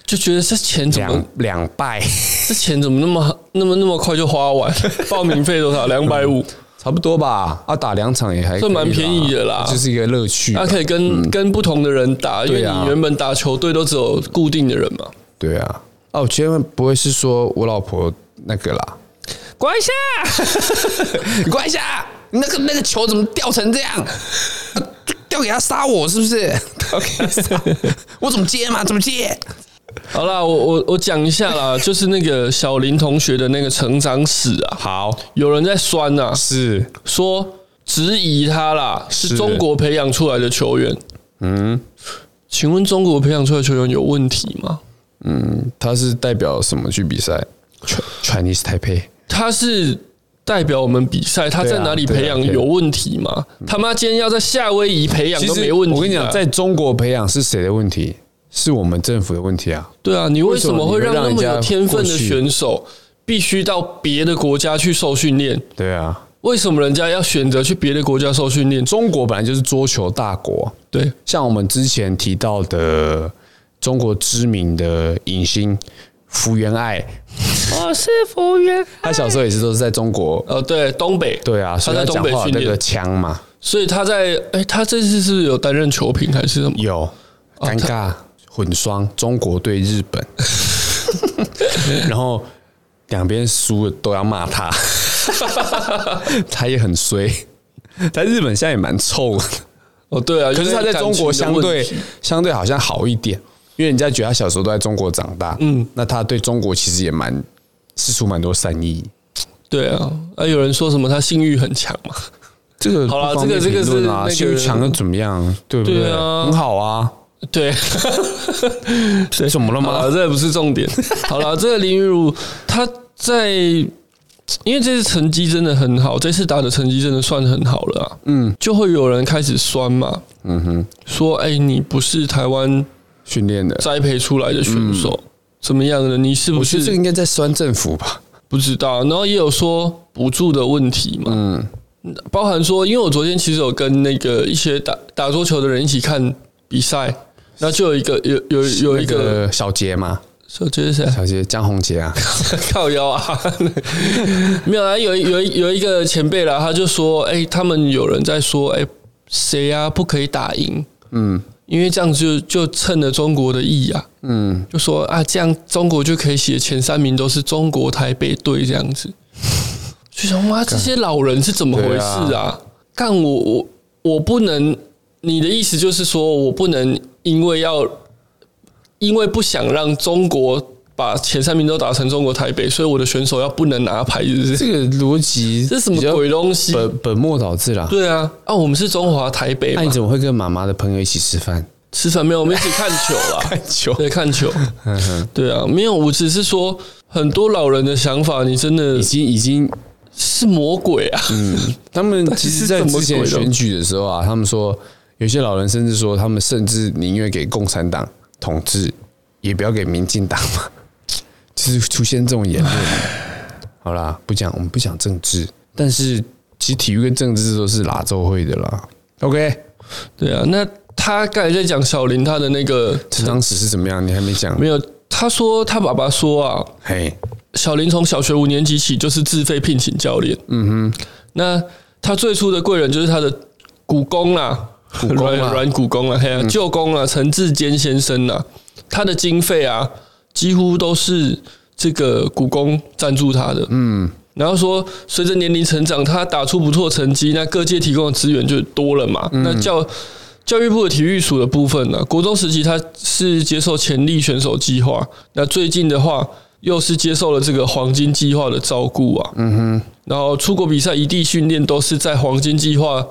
[SPEAKER 1] 就觉得这钱怎么
[SPEAKER 2] [laughs] 两两败，
[SPEAKER 1] 这钱怎么那么那么那么快就花
[SPEAKER 2] [laughs]
[SPEAKER 1] 完？报名费多少？两百五，
[SPEAKER 2] 差不多吧。啊，打两场也还
[SPEAKER 1] 这
[SPEAKER 2] 可以啦
[SPEAKER 1] 蛮便宜的啦
[SPEAKER 2] 就是一个乐趣啊吧。
[SPEAKER 1] 那可以跟跟不同的人打，因为
[SPEAKER 2] 嗯对啊
[SPEAKER 1] 你原本打球队都只有固定的人嘛。
[SPEAKER 2] 对啊。哦，我千万不会是说我老婆那个啦，
[SPEAKER 1] 乖
[SPEAKER 2] [laughs]
[SPEAKER 1] 下，
[SPEAKER 2] 你快一下，你那个那个球怎么掉成这样？掉给他杀我是不是？掉给他杀，我怎么接嘛？怎么接？
[SPEAKER 1] 好啦，我我我讲一下啦，就是那个小林同学的那个成长史啊，
[SPEAKER 2] 好，
[SPEAKER 1] 有人在酸呐、啊，
[SPEAKER 2] 是
[SPEAKER 1] 说质疑他啦，是
[SPEAKER 2] 是
[SPEAKER 1] 中国培养出来的球员。嗯，请问中国培养出来的球员有问题吗？
[SPEAKER 2] 他是代表什么去比赛？Ch-？Chinese Taipei
[SPEAKER 1] 他是代表我们比赛，他在
[SPEAKER 2] 对啊
[SPEAKER 1] 哪里
[SPEAKER 2] 对啊
[SPEAKER 1] 培养
[SPEAKER 2] 对啊啊
[SPEAKER 1] 有问题吗？他妈今天要在夏威夷培养
[SPEAKER 2] 其
[SPEAKER 1] 都
[SPEAKER 2] 实
[SPEAKER 1] 没问题啊。
[SPEAKER 2] 我跟你讲，在中国培养是谁的问题？是我们政府的问题啊！
[SPEAKER 1] 对啊，你为
[SPEAKER 2] 为什
[SPEAKER 1] 什
[SPEAKER 2] 么
[SPEAKER 1] 么会让
[SPEAKER 2] 你会
[SPEAKER 1] 那
[SPEAKER 2] 让
[SPEAKER 1] 么有
[SPEAKER 2] 人家
[SPEAKER 1] 天分的
[SPEAKER 2] 过去
[SPEAKER 1] 选手必须到别的国家去受训练？
[SPEAKER 2] 对啊，
[SPEAKER 1] 为什么人家要选择去别的国家受训练？
[SPEAKER 2] 中国本来就是桌球大国，
[SPEAKER 1] 对，
[SPEAKER 2] 像我们之前提到的中国知名的影星福原爱，
[SPEAKER 4] 我哦是服务员。
[SPEAKER 2] 她小时候也是都是在中
[SPEAKER 1] [laughs]
[SPEAKER 2] 国。
[SPEAKER 1] 呃，对，东北，
[SPEAKER 2] 对啊，
[SPEAKER 1] 他
[SPEAKER 2] 所以
[SPEAKER 1] 在
[SPEAKER 2] 她
[SPEAKER 1] 东
[SPEAKER 2] 讲
[SPEAKER 1] 北
[SPEAKER 2] 话有
[SPEAKER 1] 训
[SPEAKER 2] 那个
[SPEAKER 1] 练，
[SPEAKER 2] 腔嘛，
[SPEAKER 1] 所以他在，哎，他这次是不是有担任球评还是什么？
[SPEAKER 2] 有尴尬混双，中国对日本， [laughs] 然后两边输了都要骂 [laughs] 他，他也很衰。但日本现在也蛮臭的，
[SPEAKER 1] 哦，对啊，
[SPEAKER 2] 可是他在中国相
[SPEAKER 1] 有
[SPEAKER 2] 对
[SPEAKER 1] 点感情的问题
[SPEAKER 2] 相对好像好一点，因为人家觉得他小时候都在中国长大，嗯，那他对中国其实也蛮施出蛮多善意。
[SPEAKER 1] 对啊，啊，有人说什么他性欲很强嘛？ [laughs]
[SPEAKER 2] 这个
[SPEAKER 1] 好啦
[SPEAKER 2] 不方便
[SPEAKER 1] 这个这个是
[SPEAKER 2] 评论啊
[SPEAKER 1] 那个
[SPEAKER 2] 性欲强又怎么样？对不
[SPEAKER 1] 对啊
[SPEAKER 2] 很好啊，
[SPEAKER 1] 对，对，
[SPEAKER 2] 怎么了吗
[SPEAKER 1] 好啦这不是重
[SPEAKER 2] [laughs]
[SPEAKER 1] 点。好了，这个林雨茹她在，因为这次成绩真的很好，这次打的成绩真的算很好了、啊，嗯，就会有人开始酸嘛，嗯哼，说哎、你不是台湾
[SPEAKER 2] 训练的。
[SPEAKER 1] 栽培出来的选手，怎么样的？你是不
[SPEAKER 2] 嗯我觉得这个
[SPEAKER 1] 是
[SPEAKER 2] 应该在酸政府吧？
[SPEAKER 1] 不知道？然后也有说补助的问题嘛，嗯。包含说，因为我昨天其实有跟那个一些打打桌球的人一起看比赛，那就有一个有有有一
[SPEAKER 2] 那
[SPEAKER 1] 个
[SPEAKER 2] 个小杰嘛，
[SPEAKER 1] 小杰是谁啊？
[SPEAKER 2] 小杰江宏杰啊，
[SPEAKER 1] [laughs] 靠腰啊，没有啊，有一有一有一个前辈啦，他就说，哎、他们有人在说，哎、谁呀、啊、不可以打赢？嗯，因为这样就就趁了中国的意啊，嗯，就说啊，这样中国就可以写前三名都是中国台北队这样子，就想哇，这些老人是怎么回事
[SPEAKER 2] 对
[SPEAKER 1] 啊？干、我我我不能，你的意思就是说我不能因为要因为不想让中国把前三名都打成中国台北，所以我的选手要不能拿牌，是不是？
[SPEAKER 2] [laughs] 这个逻辑
[SPEAKER 1] 这是什么
[SPEAKER 2] 比较
[SPEAKER 1] 鬼东西
[SPEAKER 2] 本本末倒置啦。
[SPEAKER 1] 对啊，啊，我们是中华台北
[SPEAKER 2] 那
[SPEAKER 1] 嘛
[SPEAKER 2] 你，怎么会跟妈妈的朋友一起吃饭？
[SPEAKER 1] 吃饭没有？我们一起看球啦，
[SPEAKER 2] [laughs] 球
[SPEAKER 1] 对，看球。对啊，没有，我只是说很多老人的想法，你真的
[SPEAKER 2] 已经已经，
[SPEAKER 1] 是魔鬼啊！
[SPEAKER 2] 嗯他们
[SPEAKER 1] 到底
[SPEAKER 2] 其实，
[SPEAKER 1] 是
[SPEAKER 2] 在
[SPEAKER 1] 怎么
[SPEAKER 2] 之前
[SPEAKER 1] 鬼的
[SPEAKER 2] 选举的时候啊，他们说有些老人甚至说，他们甚至宁愿给共产党统治，也不要给民进党嘛。 [laughs] 就是出现这种
[SPEAKER 1] [sighs]
[SPEAKER 2] 言论。好啦，不讲，我们不讲政治，但是其实体育跟政治都是拉州会的啦。OK，
[SPEAKER 1] 对啊，那他刚才在讲小林他的那个
[SPEAKER 2] 这当时是怎么样？你还没讲
[SPEAKER 1] 没？有，他说他爸爸说啊，
[SPEAKER 2] 嘿，
[SPEAKER 1] 小林从小学五年级起就是自费聘请教练。嗯哼，那他最初的贵人就是他的股公 [laughs] 啦，
[SPEAKER 2] 公啊
[SPEAKER 1] 软软股公啦，嘿啊，舅公啊，陈志坚先生啦，他的经费啊，几乎都是这个股公赞助他的。嗯。然后说，随着年龄成长，他打出不错成绩，那各界提供的资源就多了嘛。那教教育部的体育署的部分呢、国中时期他是接受潜力选手计划，那最近的话又是接受了这个黄金计划的照顾啊。嗯哼，然后出国比赛一地训练都是在黄金计划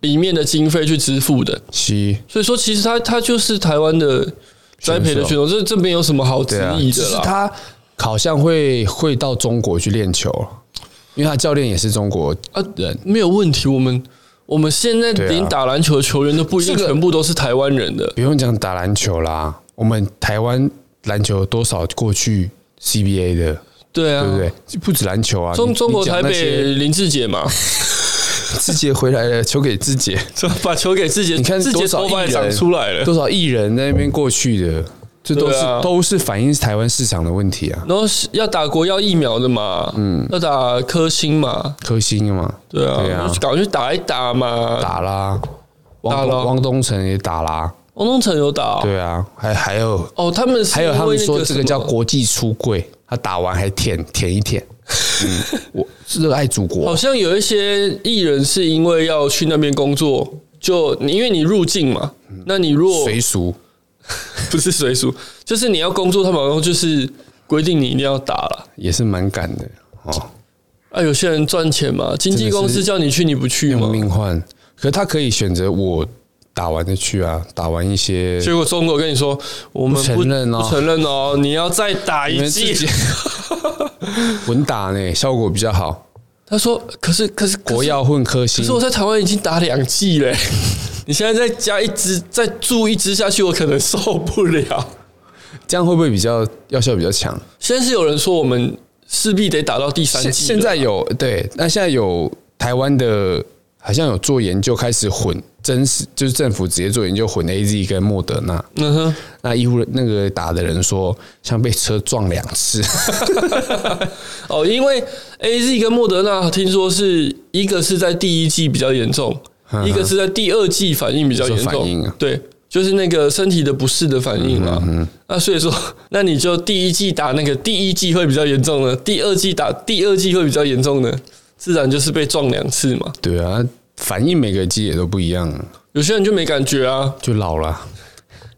[SPEAKER 1] 里面的经费去支付的，
[SPEAKER 2] 西
[SPEAKER 1] 所以说其实他他就是台湾的栽培的选手，这这没有什么好质
[SPEAKER 2] 对啊，
[SPEAKER 1] 疑
[SPEAKER 2] 只
[SPEAKER 1] 的
[SPEAKER 2] 是
[SPEAKER 1] 啦。
[SPEAKER 2] 他好像会会到中国去练球，因为他教练也是中国
[SPEAKER 1] 啊，没有问题，我们。我们现在
[SPEAKER 2] 对啊
[SPEAKER 1] 连打篮球的球员都不一定
[SPEAKER 2] 这个
[SPEAKER 1] 全部都是台湾人的，
[SPEAKER 2] 不用讲打篮球啦，我们台湾篮球有多少过去 CBA 的，
[SPEAKER 1] 对啊，
[SPEAKER 2] 对不对？不止篮球啊，
[SPEAKER 1] 中
[SPEAKER 2] 你
[SPEAKER 1] 中国台，
[SPEAKER 2] 你讲
[SPEAKER 1] 北
[SPEAKER 2] 那些
[SPEAKER 1] 林志杰嘛，
[SPEAKER 2] 志杰回来了，球给志杰，
[SPEAKER 1] 把球给自己，
[SPEAKER 2] 你看
[SPEAKER 1] [laughs] 自己
[SPEAKER 2] 多
[SPEAKER 1] 的
[SPEAKER 2] 少
[SPEAKER 1] 头
[SPEAKER 2] 艺
[SPEAKER 1] 发也
[SPEAKER 2] 人
[SPEAKER 1] 长出来了。
[SPEAKER 2] 多少艺人在那边过去的，这都是、
[SPEAKER 1] 对啊
[SPEAKER 2] 都是反映台湾市场的问题啊，
[SPEAKER 1] 然后是要打国药疫苗的嘛，嗯，要打科兴嘛，
[SPEAKER 2] 科兴嘛，
[SPEAKER 1] 对啊，
[SPEAKER 2] 对啊
[SPEAKER 1] 就赶快去打一打嘛。
[SPEAKER 2] 打啦，
[SPEAKER 1] 打
[SPEAKER 2] 汪
[SPEAKER 1] 了
[SPEAKER 2] 东汪东城也打啦，
[SPEAKER 1] 王东城有打哦，
[SPEAKER 2] 对啊，还还有
[SPEAKER 1] 哦，他们是
[SPEAKER 2] 还有他
[SPEAKER 1] 因为
[SPEAKER 2] 们
[SPEAKER 1] 那
[SPEAKER 2] 说这个
[SPEAKER 1] 什么
[SPEAKER 2] 叫国际出柜，他打完还舔舔一舔，嗯，我热爱祖国
[SPEAKER 1] 好，像有一些艺人是因为要去那边工作，就你因为你入境嘛，那你如果
[SPEAKER 2] 嗯随俗。
[SPEAKER 1] [laughs] 不是随俗，就是你要工作，他们好像就是规定你一定要打了。
[SPEAKER 2] 也是蛮赶的哦，
[SPEAKER 1] 啊，有些人赚钱嘛，经纪
[SPEAKER 2] 真的是
[SPEAKER 1] 公司叫你去你不去嘛
[SPEAKER 2] 用，命换。可是他可以选择我打完就去啊，打完一些
[SPEAKER 1] 结果中国跟你说，我们
[SPEAKER 2] 不承认哦
[SPEAKER 1] 不承认哦，你要再打
[SPEAKER 2] 你
[SPEAKER 1] 一
[SPEAKER 2] 们自
[SPEAKER 1] 剂。 [laughs]
[SPEAKER 2] 己混打呢，效果比较好。
[SPEAKER 1] 他说，可是可是
[SPEAKER 2] 国，药混科
[SPEAKER 1] 可
[SPEAKER 2] 兴
[SPEAKER 1] 是可是，我在台湾已经打两剂嘞， [laughs] 你现在再加一支，再注一支下去，我可能受不了。
[SPEAKER 2] 这样会不会比较药效比较强？
[SPEAKER 1] 现在是有人说我们势必得打到第三
[SPEAKER 2] 现
[SPEAKER 1] 剂，
[SPEAKER 2] 现在有对，那现在有台湾的，好像有做研究开始混真实，就是政府直接做研究混 A Z 跟莫德纳。
[SPEAKER 1] 嗯哼，
[SPEAKER 2] 那医护人那个打的人说，像被车撞两次， [laughs]
[SPEAKER 1] [laughs] 哦，因为 A Z 跟莫德纳听说是一个是在第一季比较严重，一个是在第二季反应比较严
[SPEAKER 2] 嗯你说反应
[SPEAKER 1] 重
[SPEAKER 2] 啊，嗯
[SPEAKER 1] 对，就是那个身体的不适的反应嘛。那所以说，那你就第一季打那个第一季会比较严重呢，第二季打第二季会比较严重呢，自然就是被撞两次嘛。
[SPEAKER 2] 对啊，反应每个机也都不一样啊，
[SPEAKER 1] 有些人就没感觉啊，
[SPEAKER 2] 就老了。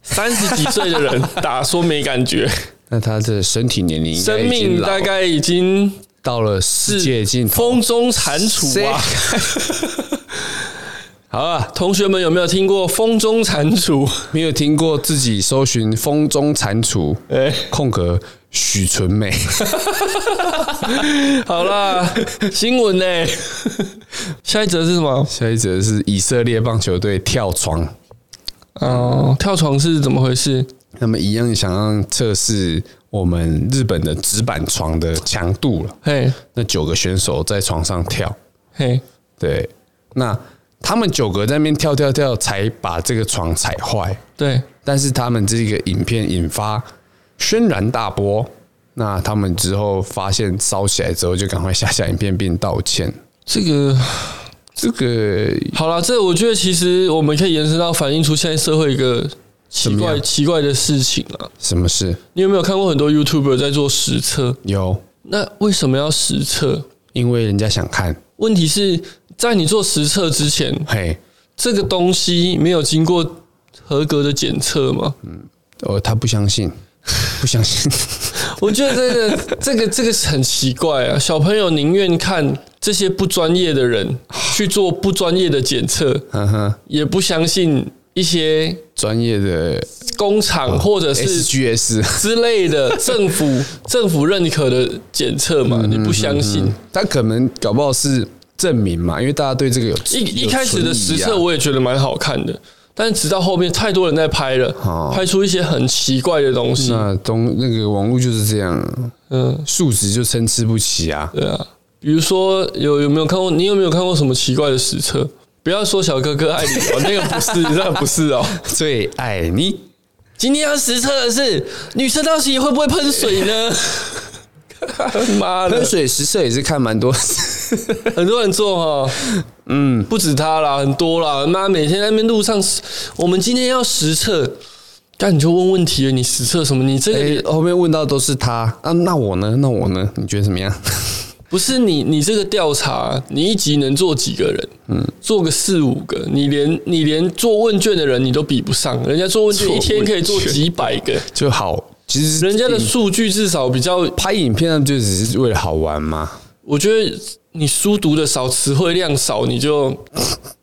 [SPEAKER 1] 三十几岁的人 [laughs] 打说没感觉，
[SPEAKER 2] 那他的身体年龄应该已
[SPEAKER 1] 生
[SPEAKER 2] 经
[SPEAKER 1] 命
[SPEAKER 2] 老
[SPEAKER 1] 大概已经
[SPEAKER 2] 到了世界尽
[SPEAKER 1] 是
[SPEAKER 2] 头。
[SPEAKER 1] 风中蟾蜍啊。 [laughs]
[SPEAKER 2] 好啊，
[SPEAKER 1] 同学们有没有听过风中蟾 [laughs] 蜍？
[SPEAKER 2] 没有听过自己搜寻“风中蟾蜍”
[SPEAKER 1] 哎
[SPEAKER 2] 空格许纯
[SPEAKER 1] [laughs]
[SPEAKER 2] 美，
[SPEAKER 1] 好啦，新 [laughs] 闻呢、下一则是什么？
[SPEAKER 2] 下一则是以色列棒球队跳床，
[SPEAKER 1] 哦，跳床是怎么回事？
[SPEAKER 2] 他们一样想要测试我们日本的纸板床的强度了。
[SPEAKER 1] 嘿，
[SPEAKER 2] 那九个选手在床上跳，
[SPEAKER 1] 嘿，
[SPEAKER 2] 对，那他们九个在那边跳跳跳，才把这个床踩坏。
[SPEAKER 1] 对，
[SPEAKER 2] 但是他们这个影片引发轩然大波，那他们之后发现烧起来之后，就赶快下下影片并道歉。
[SPEAKER 1] 这个
[SPEAKER 2] 这个
[SPEAKER 1] 好啦，这我觉得其实我们可以延伸到反映出现在社会一个奇
[SPEAKER 2] 么
[SPEAKER 1] 怪
[SPEAKER 2] 样
[SPEAKER 1] 奇怪的事情啊。
[SPEAKER 2] 什么事？
[SPEAKER 1] 你有没有看过很多 YouTuber 在做实测？
[SPEAKER 2] 有，
[SPEAKER 1] 那为什么要实测？
[SPEAKER 2] 因为人家想看，
[SPEAKER 1] 问题是在你做实测之前，
[SPEAKER 2] 嘿，
[SPEAKER 1] 这个东西没有经过
[SPEAKER 2] 嗯
[SPEAKER 1] 合格的检测吗？
[SPEAKER 2] 哦，他不相信，不相信，
[SPEAKER 1] 我觉得这个 [laughs] 这个这个是很奇怪啊！小朋友宁愿看这些不专业的人去做不专业的检测，
[SPEAKER 2] 啊嗯哼，
[SPEAKER 1] 也不相信一些
[SPEAKER 2] 专业的
[SPEAKER 1] 工
[SPEAKER 2] 啊
[SPEAKER 1] 厂或者是
[SPEAKER 2] [laughs] SGS，
[SPEAKER 1] 之类的政
[SPEAKER 2] [laughs]
[SPEAKER 1] 府政府认可的检测嘛，
[SPEAKER 2] 嗯
[SPEAKER 1] 你不相信？
[SPEAKER 2] 他可能搞不好是证明嘛，因为大家对这个有
[SPEAKER 1] 一一
[SPEAKER 2] 有
[SPEAKER 1] 开始的
[SPEAKER 2] 存
[SPEAKER 1] 实
[SPEAKER 2] 疑啊
[SPEAKER 1] 测我也觉得蛮好看的，但是直到后面太多人在拍
[SPEAKER 2] 哦
[SPEAKER 1] 了，拍出一些很奇怪的东西。
[SPEAKER 2] 那东那个网络就是这样，
[SPEAKER 1] 嗯，
[SPEAKER 2] 数值就参差不齐啊。
[SPEAKER 1] 对啊，比如说有有没有看过？你有没有看过什么奇怪的实测？不要说小哥哥爱你哦，那个不 [laughs] 是，那不是哦。
[SPEAKER 2] [laughs] 最爱你，
[SPEAKER 1] 今天要实测的是女生到底会不会喷水呢？ [laughs] 妈的
[SPEAKER 2] 喷，水实测也是
[SPEAKER 1] [laughs]
[SPEAKER 2] 看蛮多次，
[SPEAKER 1] 很多人做哈，嗯，不止他啦，很多啦，妈每天在那边路上，我们今天要实测，但你就问问题了，你实测什么？你这个、
[SPEAKER 2] 哎、后面问到都是他啊，那我呢？那我呢？你觉得怎么样？ [laughs]
[SPEAKER 1] 不是你，你这个调查，你一集能做几个人？嗯，做个四五个，你连你连做问卷的人你都比不上，人 [laughs] 家做问卷
[SPEAKER 2] 做
[SPEAKER 1] 一天可以做
[SPEAKER 2] 问卷
[SPEAKER 1] 几百个，
[SPEAKER 2] 就好，其实
[SPEAKER 1] 人家的数据至少比较，
[SPEAKER 2] 拍影片他们就只是为了好玩嘛，
[SPEAKER 1] 我觉得你书读的少，词汇量少，你就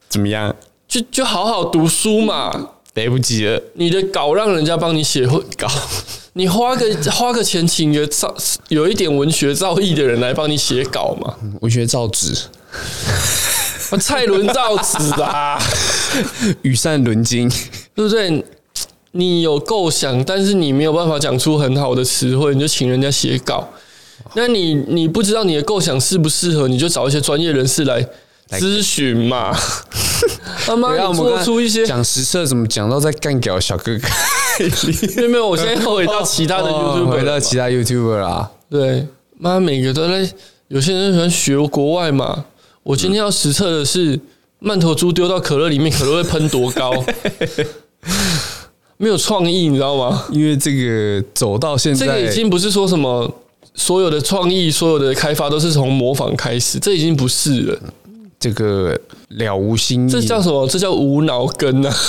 [SPEAKER 2] 怎么样？
[SPEAKER 1] 就就好好读书嘛。
[SPEAKER 2] 来不及了，
[SPEAKER 1] 你的稿让人家帮你写会稿，你花个花个钱请个造有一点文学造诣的人来帮你写稿 [laughs] 嘛？
[SPEAKER 2] 文学造纸，
[SPEAKER 1] 啊蔡伦造纸啊，
[SPEAKER 2] 羽扇纶巾，
[SPEAKER 1] 对不对？你有构想，但是你没有办法讲出很好的词汇，你就请人家写稿。那你你不知道你的构想适不适合，你就找一些专业人士来咨询
[SPEAKER 2] [laughs]
[SPEAKER 1] 嘛。他妈，
[SPEAKER 2] 对啊
[SPEAKER 1] 你
[SPEAKER 2] 我们
[SPEAKER 1] 做
[SPEAKER 2] 刚才
[SPEAKER 1] 出一些
[SPEAKER 2] 讲实测，怎么讲到在干屌小哥哥？
[SPEAKER 1] 没 [laughs] 有没有，我现在又 [laughs]
[SPEAKER 2] [laughs]
[SPEAKER 1] 回到其他的 YouTube，
[SPEAKER 2] 哦回到其他 YouTuber 啦，
[SPEAKER 1] 对，妈，每个都在，有些人喜欢学国外嘛。我今天要实测的是曼陀珠丢到可乐里面，可乐会喷多
[SPEAKER 2] [laughs]
[SPEAKER 1] 高？没有创意，你知道吗？
[SPEAKER 2] 因为这个走到现
[SPEAKER 1] 这个
[SPEAKER 2] 在
[SPEAKER 1] 已，经不是说什么所有的创意、所有的开发都是从模仿开始，这已经不是了。
[SPEAKER 2] 这个了无新意，
[SPEAKER 1] 这叫什么？这叫无脑跟啊！ [laughs]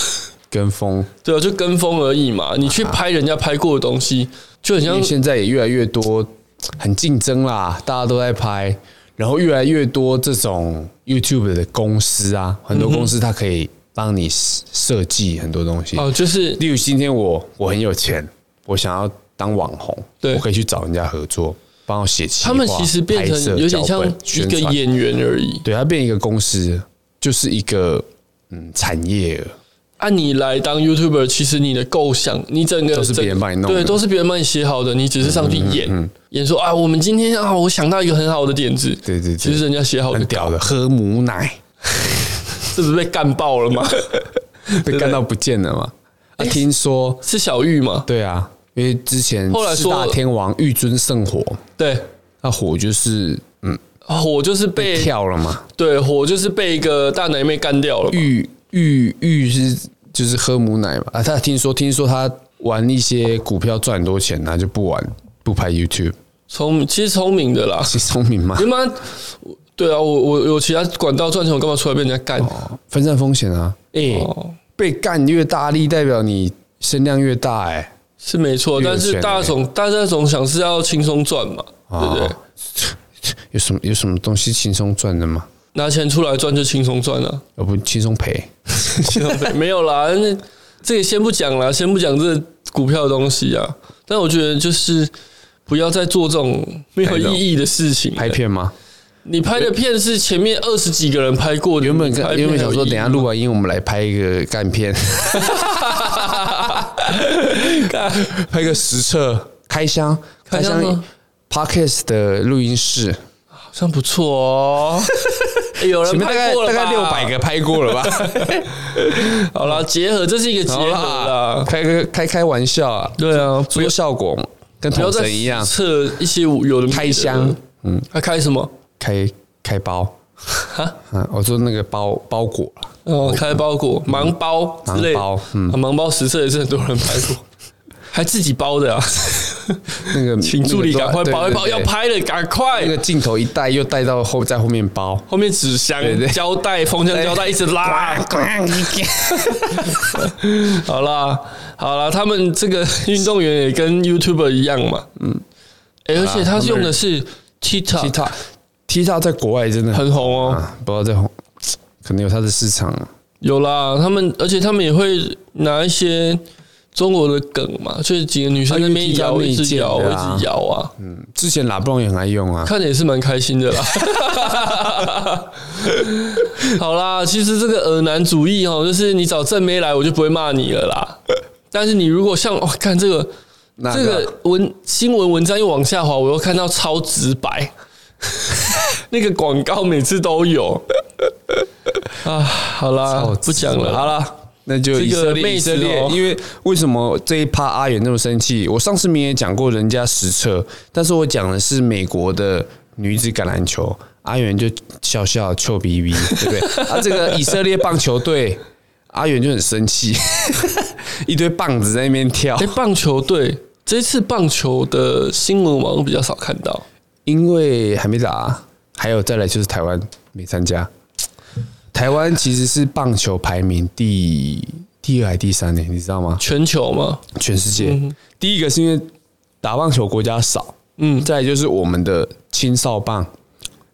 [SPEAKER 2] 跟风，
[SPEAKER 1] 对啊，就跟风而已嘛。你去拍人家拍过的东西，就很
[SPEAKER 2] 啊因为
[SPEAKER 1] 像
[SPEAKER 2] 现在也越来越多，很竞争啦，大家都在拍，然后越来越多这种 YouTube 的公司啊，很
[SPEAKER 1] 嗯
[SPEAKER 2] 多公司它可以帮你设计很多东西。
[SPEAKER 1] 哦，就是
[SPEAKER 2] 例如今天我我很有钱，我想要当网红，
[SPEAKER 1] 对
[SPEAKER 2] 我可以去找人家合作，帮我写企划
[SPEAKER 1] 他们其实变
[SPEAKER 2] 拍摄
[SPEAKER 1] 成有点
[SPEAKER 2] 脚
[SPEAKER 1] 像
[SPEAKER 2] 本
[SPEAKER 1] 一
[SPEAKER 2] 宣
[SPEAKER 1] 个
[SPEAKER 2] 传
[SPEAKER 1] 演员而已。
[SPEAKER 2] 对，它变一个公司，就是一个嗯产业了。
[SPEAKER 1] 按、啊你来当 YouTuber，其实你的构想，你整个
[SPEAKER 2] 都是
[SPEAKER 1] 整
[SPEAKER 2] 别人帮你弄的嗯
[SPEAKER 1] 对，都是别人帮你写好的，你只是上去演、演说啊，我们今天啊，我想到一个很好的点子，
[SPEAKER 2] 对对对
[SPEAKER 1] 其实人家写好的
[SPEAKER 2] 很，屌的，喝母奶
[SPEAKER 1] 是不是被干爆了
[SPEAKER 2] [laughs]
[SPEAKER 1] 吗？
[SPEAKER 2] 被干到不见了嘛？
[SPEAKER 1] 哎
[SPEAKER 2] 啊，听说
[SPEAKER 1] 是小玉吗？
[SPEAKER 2] 对啊，因为之前
[SPEAKER 1] 后来
[SPEAKER 2] 四大
[SPEAKER 1] 说
[SPEAKER 2] 天王玉尊圣火，
[SPEAKER 1] 对，
[SPEAKER 2] 那火就是嗯
[SPEAKER 1] 火就是被
[SPEAKER 2] 被跳了嘛，
[SPEAKER 1] 对火就是被一个大奶妹干掉了嘛。
[SPEAKER 2] 玉玉玉是就是喝母奶嘛啊，他听说听说他玩一些股票赚很多钱，他就不玩不拍 YouTube，
[SPEAKER 1] 聪其实聪明
[SPEAKER 2] [laughs]
[SPEAKER 1] 的啦，
[SPEAKER 2] 是聪明吗
[SPEAKER 1] 你？妈，我对啊，我我有其他管道赚钱，我干嘛出来被人家干？
[SPEAKER 2] 哦分散风险啊，哎、
[SPEAKER 1] 哦
[SPEAKER 2] 被干越大力，代表你声量越大、哎。
[SPEAKER 1] 是没错，
[SPEAKER 2] 越有
[SPEAKER 1] 但是
[SPEAKER 2] 钱
[SPEAKER 1] 大
[SPEAKER 2] 欸
[SPEAKER 1] 总大家总想是要轻松赚嘛，对不对？
[SPEAKER 2] 哦 [laughs] 有什么有什么东西轻松赚的吗？
[SPEAKER 1] 拿钱出来赚就轻松赚了，
[SPEAKER 2] 要不轻松赔？
[SPEAKER 1] 轻松赚 [laughs] 没有啦，那这个先不讲啦，先不讲这股票的东西啊。但我觉得就是不要再做这种没有意义的事情。
[SPEAKER 2] 拍片吗？
[SPEAKER 1] 你拍的片是前面二十几个人拍过的，
[SPEAKER 2] 原本
[SPEAKER 1] 你拍
[SPEAKER 2] 跟
[SPEAKER 1] 片
[SPEAKER 2] 原本想说，
[SPEAKER 1] 还有意
[SPEAKER 2] 等
[SPEAKER 1] 义 [laughs]
[SPEAKER 2] 一下录完音，我们来拍一个干片，拍个实测开箱
[SPEAKER 1] 开箱吗
[SPEAKER 2] Podcast 的录音室，
[SPEAKER 1] 好像不错哦。欸 [laughs] 有人
[SPEAKER 2] 前面大
[SPEAKER 1] 拍
[SPEAKER 2] 概
[SPEAKER 1] 过了
[SPEAKER 2] 大
[SPEAKER 1] 吧，
[SPEAKER 2] 概六百个拍过
[SPEAKER 1] [laughs]
[SPEAKER 2] 了吧？
[SPEAKER 1] 好啦，结合这是一个结
[SPEAKER 2] 好
[SPEAKER 1] 合
[SPEAKER 2] 啦，
[SPEAKER 1] 啦，
[SPEAKER 2] 开个开开玩笑啊，
[SPEAKER 1] 对啊，不
[SPEAKER 2] 做
[SPEAKER 1] 要
[SPEAKER 2] 效果跟
[SPEAKER 1] 不要
[SPEAKER 2] 统
[SPEAKER 1] 再
[SPEAKER 2] 神一样，
[SPEAKER 1] 测一些有的没的
[SPEAKER 2] 开箱，
[SPEAKER 1] 嗯，他开什么？ [laughs]
[SPEAKER 2] 开开包
[SPEAKER 1] 哈，
[SPEAKER 2] 嗯，我做那个包包裹啦
[SPEAKER 1] 哦，开包裹、盲包之类的，
[SPEAKER 2] 嗯盲包嗯
[SPEAKER 1] 啊，盲包实测也是很多人拍
[SPEAKER 2] [laughs]
[SPEAKER 1] 过，还自己包的啊，
[SPEAKER 2] 那个
[SPEAKER 1] [laughs] 请助理赶快包一包，要。
[SPEAKER 2] 那个对对对
[SPEAKER 1] 拍了赶快
[SPEAKER 2] 那，个镜头一带又带到后，在后面包，
[SPEAKER 1] 后面纸箱
[SPEAKER 2] 对对、
[SPEAKER 1] 胶带、封箱胶带一直 [laughs] 拉，好啦，好啦，他们这个运动员也跟 YouTuber 一样嘛，嗯，哎、而且他是用的是
[SPEAKER 2] T
[SPEAKER 1] TikTok，
[SPEAKER 2] 塔 T 塔在国外真的
[SPEAKER 1] 很红哦。
[SPEAKER 2] 啊，不知道在红，可能有它的市场啊。
[SPEAKER 1] 有啦，他们而且他们也会拿一些中国的梗嘛，就是几个女生在那边摇，
[SPEAKER 2] 啊
[SPEAKER 1] 一
[SPEAKER 2] 因为
[SPEAKER 1] 直摇，
[SPEAKER 2] 踢到内建的啊
[SPEAKER 1] 一直摇啊，
[SPEAKER 2] 之前拉布朗也很爱用啊，
[SPEAKER 1] 看着也是蛮开心的啦。 [laughs] 好啦，其实这个耳男主义哦，就是你找正妹来，我就不会骂你了啦。但是你如果像哦，看这个
[SPEAKER 2] 那
[SPEAKER 1] 这个文新闻文章又往下滑，我又看到超直白， [laughs] 那个广告每次都有啊。好啦
[SPEAKER 2] 超，
[SPEAKER 1] 不
[SPEAKER 2] 直
[SPEAKER 1] 讲了，
[SPEAKER 2] 白
[SPEAKER 1] 好啦。
[SPEAKER 2] 那就
[SPEAKER 1] 这个
[SPEAKER 2] 以色
[SPEAKER 1] 妹
[SPEAKER 2] 列，以
[SPEAKER 1] 子
[SPEAKER 2] 色列
[SPEAKER 1] 哦，
[SPEAKER 2] 因为为什么这一趴阿远那么生气？我上次明也讲过人家实测，但是我讲的是美国的女子橄榄球，阿远就笑笑臭逼 [laughs] 逼，对不对？啊，这个以色列棒球队，阿远就很生气， [laughs] 一堆棒子在那边跳
[SPEAKER 1] 哎、，棒球队这次棒球的新闻网比较少看到，
[SPEAKER 2] 因为还没打，还有再来就是台湾没参加。台湾其实是棒球排名第第二还第三呢，你知道吗？
[SPEAKER 1] 全球嘛，
[SPEAKER 2] 全世
[SPEAKER 1] 嗯
[SPEAKER 2] 界。第一个是因为打棒球国家少，嗯，再来就是我们的青少棒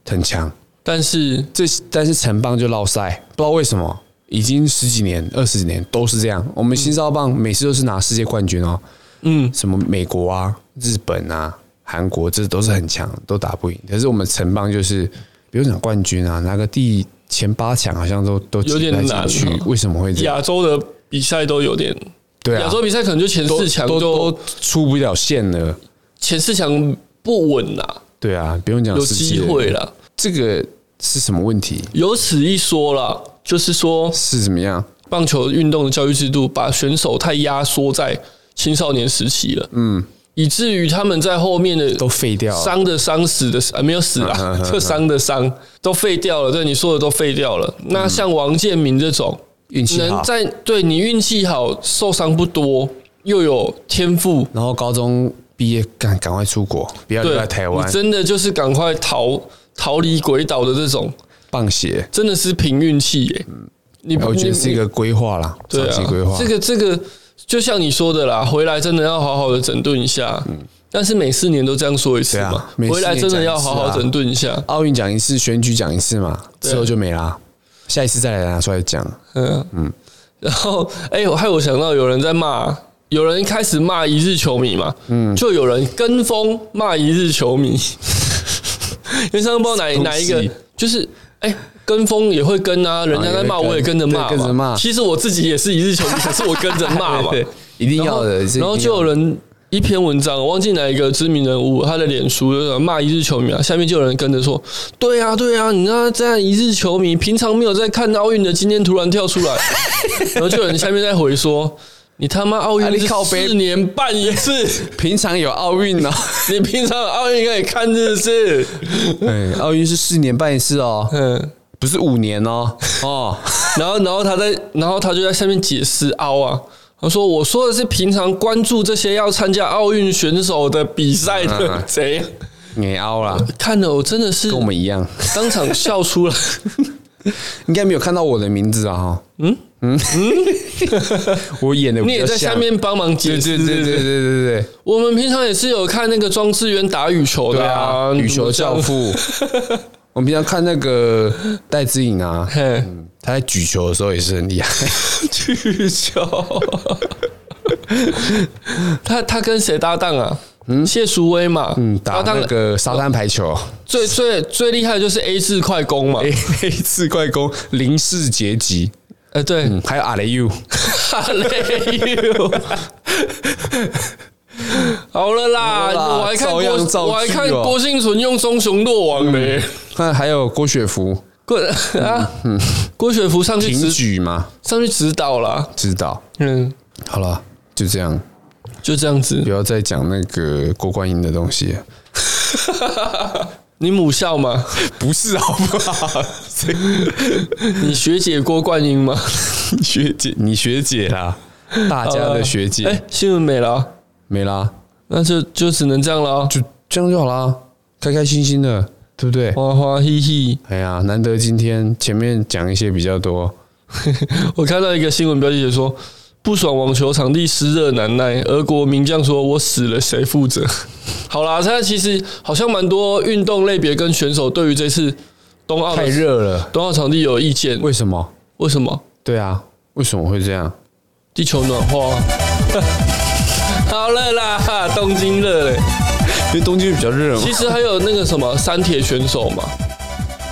[SPEAKER 2] 很强，
[SPEAKER 1] 但是
[SPEAKER 2] 这但是城棒就落赛，不知道为什么已经十几年、二十年都是这样。我们青少棒每次都是拿世界冠军哦，
[SPEAKER 1] 嗯，
[SPEAKER 2] 什么美国啊、日本啊、韩国，这都是很强，都打不赢。可是我们城棒就是，比如讲冠军啊，拿个第前八强好像都都
[SPEAKER 1] 有点
[SPEAKER 2] 挤不太
[SPEAKER 1] 难
[SPEAKER 2] 进去
[SPEAKER 1] 哦，
[SPEAKER 2] 为什么会这样？
[SPEAKER 1] 亚洲的比赛都有点，
[SPEAKER 2] 对
[SPEAKER 1] 亚、
[SPEAKER 2] 啊，
[SPEAKER 1] 洲比赛可能就前
[SPEAKER 2] 都
[SPEAKER 1] 四强
[SPEAKER 2] 都
[SPEAKER 1] 就
[SPEAKER 2] 都出不了线了。
[SPEAKER 1] 前四强不稳啦，
[SPEAKER 2] 对啊，不用讲
[SPEAKER 1] 有
[SPEAKER 2] 世界
[SPEAKER 1] 机会。啦。
[SPEAKER 2] 这个是什么问题？
[SPEAKER 1] 有此一说啦，就是说
[SPEAKER 2] 是怎么样？
[SPEAKER 1] 棒球运动的教育制度把选手太压缩在青少年时期了，嗯，以至于他们在后面的
[SPEAKER 2] 都废掉了。
[SPEAKER 1] 伤的伤，死的死啊，没有死
[SPEAKER 2] [laughs]
[SPEAKER 1] 啊，就伤的伤都废掉了。对你说的都废掉了。那像王建民这种，
[SPEAKER 2] 嗯运气
[SPEAKER 1] 能
[SPEAKER 2] 好，
[SPEAKER 1] 在对你运气好，受伤不多，又有天赋，
[SPEAKER 2] 然后高中毕业赶赶快出国，不要留
[SPEAKER 1] 对啊
[SPEAKER 2] 在台湾
[SPEAKER 1] 你。真的就是赶快逃逃离鬼岛的这种，
[SPEAKER 2] 棒协，
[SPEAKER 1] 真的是凭运气耶。你
[SPEAKER 2] 哎我觉得是一个规划啦，
[SPEAKER 1] 对
[SPEAKER 2] 长期
[SPEAKER 1] 啊
[SPEAKER 2] 规划。，
[SPEAKER 1] 这个这个就像你说的啦，回来真的要好好的整顿一下。但是每四年都这样说一次
[SPEAKER 2] 嗯对
[SPEAKER 1] 嘛，
[SPEAKER 2] 啊每四
[SPEAKER 1] 回来
[SPEAKER 2] 年
[SPEAKER 1] 真的
[SPEAKER 2] 讲一
[SPEAKER 1] 要
[SPEAKER 2] 次
[SPEAKER 1] 好好
[SPEAKER 2] 啊
[SPEAKER 1] 整顿一下。
[SPEAKER 2] 奥运讲一次，选举讲一次嘛，
[SPEAKER 1] 对啊
[SPEAKER 2] 之后就没啦。下一次再来拿出来讲，
[SPEAKER 1] 嗯，嗯，然后哎、我害我想到有人在骂，有人一开始骂一日球迷嘛，嗯，就有人跟风骂一日球迷，因为上次不知道
[SPEAKER 2] [laughs]
[SPEAKER 1] 哪
[SPEAKER 2] 什么东西
[SPEAKER 1] 哪一个，就是哎、跟风也会跟啊，人家在骂
[SPEAKER 2] 也会跟
[SPEAKER 1] 我也跟着骂嘛，
[SPEAKER 2] 对跟着骂
[SPEAKER 1] 其实我自己也是一日球迷，可是我跟着骂嘛，
[SPEAKER 2] 对， [laughs] 一定要的。这一定
[SPEAKER 1] 然后就有
[SPEAKER 2] 要的
[SPEAKER 1] 人一篇文章，我忘记哪一个知名人物，他的脸书就是骂一日球迷啊，下面就有人跟着说：“对啊，对啊，你那这样一日球迷，平常没有在看奥运的，今天突然跳出来。” [laughs] 然后就有人下面在回说：“你他妈奥
[SPEAKER 2] 啊
[SPEAKER 1] 运
[SPEAKER 2] 你
[SPEAKER 1] 是
[SPEAKER 2] 靠北
[SPEAKER 1] 四年办一次， [laughs]
[SPEAKER 2] 平常有奥运哦，
[SPEAKER 1] 你平常有奥运可以看日是？
[SPEAKER 2] [laughs] 哎，奥运是四年办一
[SPEAKER 1] [laughs]
[SPEAKER 2] 次哦，
[SPEAKER 1] 嗯，
[SPEAKER 2] 不是五年哦，哦， [laughs]
[SPEAKER 1] 然后，然后他在，然后他就在下面解释凹啊。他说：“我说的是平常关注这些要参加奥运选手的比赛的
[SPEAKER 2] 嗯
[SPEAKER 1] 谁、
[SPEAKER 2] 你哎凹啦，
[SPEAKER 1] 看的我真的是
[SPEAKER 2] 跟我们一样。
[SPEAKER 1] 当场笑出
[SPEAKER 2] [laughs]
[SPEAKER 1] 来。
[SPEAKER 2] 应该没有看到我的名字啊，哈。嗯嗯， [laughs] 我演的
[SPEAKER 1] 你也在下，面帮忙解
[SPEAKER 2] 对
[SPEAKER 1] 释，
[SPEAKER 2] 对对对
[SPEAKER 1] 是不是
[SPEAKER 2] 对对对
[SPEAKER 1] 我们平常也是有看那个庄智渊打羽球
[SPEAKER 2] 对
[SPEAKER 1] 的
[SPEAKER 2] 啊！羽球教， [laughs] 父，我们平常看那个戴资颖啊，
[SPEAKER 1] 嘿，
[SPEAKER 2] 嗯他在举球的时候也是很 [laughs] 厉害。
[SPEAKER 1] 羽球。 [laughs] 他他跟谁搭档啊？谢淑薇嘛，
[SPEAKER 2] 嗯，
[SPEAKER 1] 搭
[SPEAKER 2] 打
[SPEAKER 1] 档
[SPEAKER 2] 那个沙滩排 [laughs] 球，
[SPEAKER 1] 最最最厉害的就是 A 字快攻嘛，
[SPEAKER 2] A A 次快攻，零式结集，
[SPEAKER 1] 呃，对，
[SPEAKER 2] 嗯，还有阿雷 U，
[SPEAKER 1] 哈雷
[SPEAKER 2] [laughs]
[SPEAKER 1] 哟。好了啦，
[SPEAKER 2] 好啦
[SPEAKER 1] 我还看
[SPEAKER 2] 照样
[SPEAKER 1] 郭，
[SPEAKER 2] 造
[SPEAKER 1] 我还
[SPEAKER 2] 句
[SPEAKER 1] 看
[SPEAKER 2] 哦
[SPEAKER 1] 郭兴存用棕熊落网呢、
[SPEAKER 2] 看还有郭雪 [laughs] 芙，
[SPEAKER 1] 郭 [laughs] 啊，郭雪芙上去
[SPEAKER 2] 挺
[SPEAKER 1] 指
[SPEAKER 2] 举嘛，
[SPEAKER 1] 上去指导啦，
[SPEAKER 2] 知道。
[SPEAKER 1] 嗯，
[SPEAKER 2] 好了，就这样，
[SPEAKER 1] 就这样子
[SPEAKER 2] 不。要再讲那个郭冠英的东西了。
[SPEAKER 1] 你母校
[SPEAKER 2] [laughs]
[SPEAKER 1] 吗？
[SPEAKER 2] 不是好不好？谁
[SPEAKER 1] 你学姐郭冠英吗？
[SPEAKER 2] 学姐，呃你学姐 [laughs] 啦，大家的学姐、
[SPEAKER 1] 哎，新闻没了啊，
[SPEAKER 2] 没啦，
[SPEAKER 1] 那就就只能这样了啊。
[SPEAKER 2] 就这样就好啦，开开心心的，对不对？
[SPEAKER 1] 花花嘻嘻， [laughs]
[SPEAKER 2] 哎呀，难得今天前面讲一些比较多，
[SPEAKER 1] 我看到一个新闻标题写说，不爽网球场地湿热难耐，俄国名将说：“我死了谁负责？” [laughs] 好啦，现在其实好像蛮多运动类别跟选手对于这次冬奥的
[SPEAKER 2] 太热了，
[SPEAKER 1] 冬奥场地有意见，为
[SPEAKER 2] 为什么？
[SPEAKER 1] 为什么？
[SPEAKER 2] 对啊，为什么会这样？
[SPEAKER 1] 地球暖化。 [laughs] 好热啦，东京热嘞。
[SPEAKER 2] 因为东京比较热嘛
[SPEAKER 1] 其。实还有那个什么三铁选手嘛，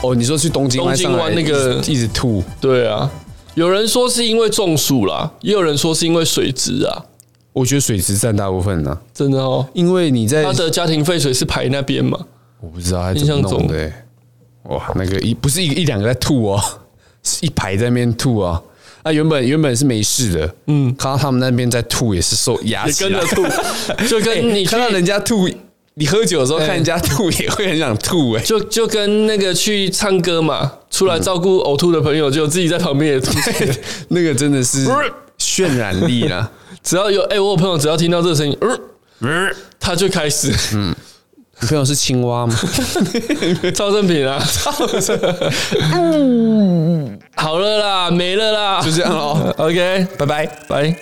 [SPEAKER 2] 哦，你说去东京
[SPEAKER 1] 东京
[SPEAKER 2] 上来
[SPEAKER 1] 湾那个
[SPEAKER 2] 一直一直吐，
[SPEAKER 1] 对啊，有人说是因为中暑啦，也有人说是因为水质啊，
[SPEAKER 2] 我觉得水质占大部分呢、
[SPEAKER 1] 真的哦。
[SPEAKER 2] 因为你在
[SPEAKER 1] 他的家庭废水是排那边嘛？
[SPEAKER 2] 我不知道他
[SPEAKER 1] 印
[SPEAKER 2] 怎
[SPEAKER 1] 象
[SPEAKER 2] 么弄
[SPEAKER 1] 中
[SPEAKER 2] 的、欸。哇，那个一不是一一两个在吐哦， [laughs] 是一排在那边吐啊。啊，原本原本是没事的，嗯，看到他们那边在吐也是受压
[SPEAKER 1] 也
[SPEAKER 2] 起
[SPEAKER 1] 跟
[SPEAKER 2] 来哎
[SPEAKER 1] 着，
[SPEAKER 2] [laughs]
[SPEAKER 1] 吐，就跟你去哎
[SPEAKER 2] 看到人家吐，你喝酒的时候看人家吐也会很想吐哎、
[SPEAKER 1] [laughs] 就就跟那个去唱歌嘛，出来照顾呕吐的朋友，就自己在旁边也吐。
[SPEAKER 2] 那个真
[SPEAKER 1] [laughs]
[SPEAKER 2] 的是渲染力啊啦。
[SPEAKER 1] 只要有哎、我有朋友只要听到这个声音，呃
[SPEAKER 2] 嗯
[SPEAKER 1] 他就开始
[SPEAKER 2] 你朋友是青蛙
[SPEAKER 1] [laughs]
[SPEAKER 2] 吗？
[SPEAKER 1] 赵正平
[SPEAKER 2] [laughs]
[SPEAKER 1] 啊，好了啦，没了啦，
[SPEAKER 2] 嗯就这样咯哦
[SPEAKER 1] [laughs] ，OK，
[SPEAKER 2] 拜拜。
[SPEAKER 1] 拜。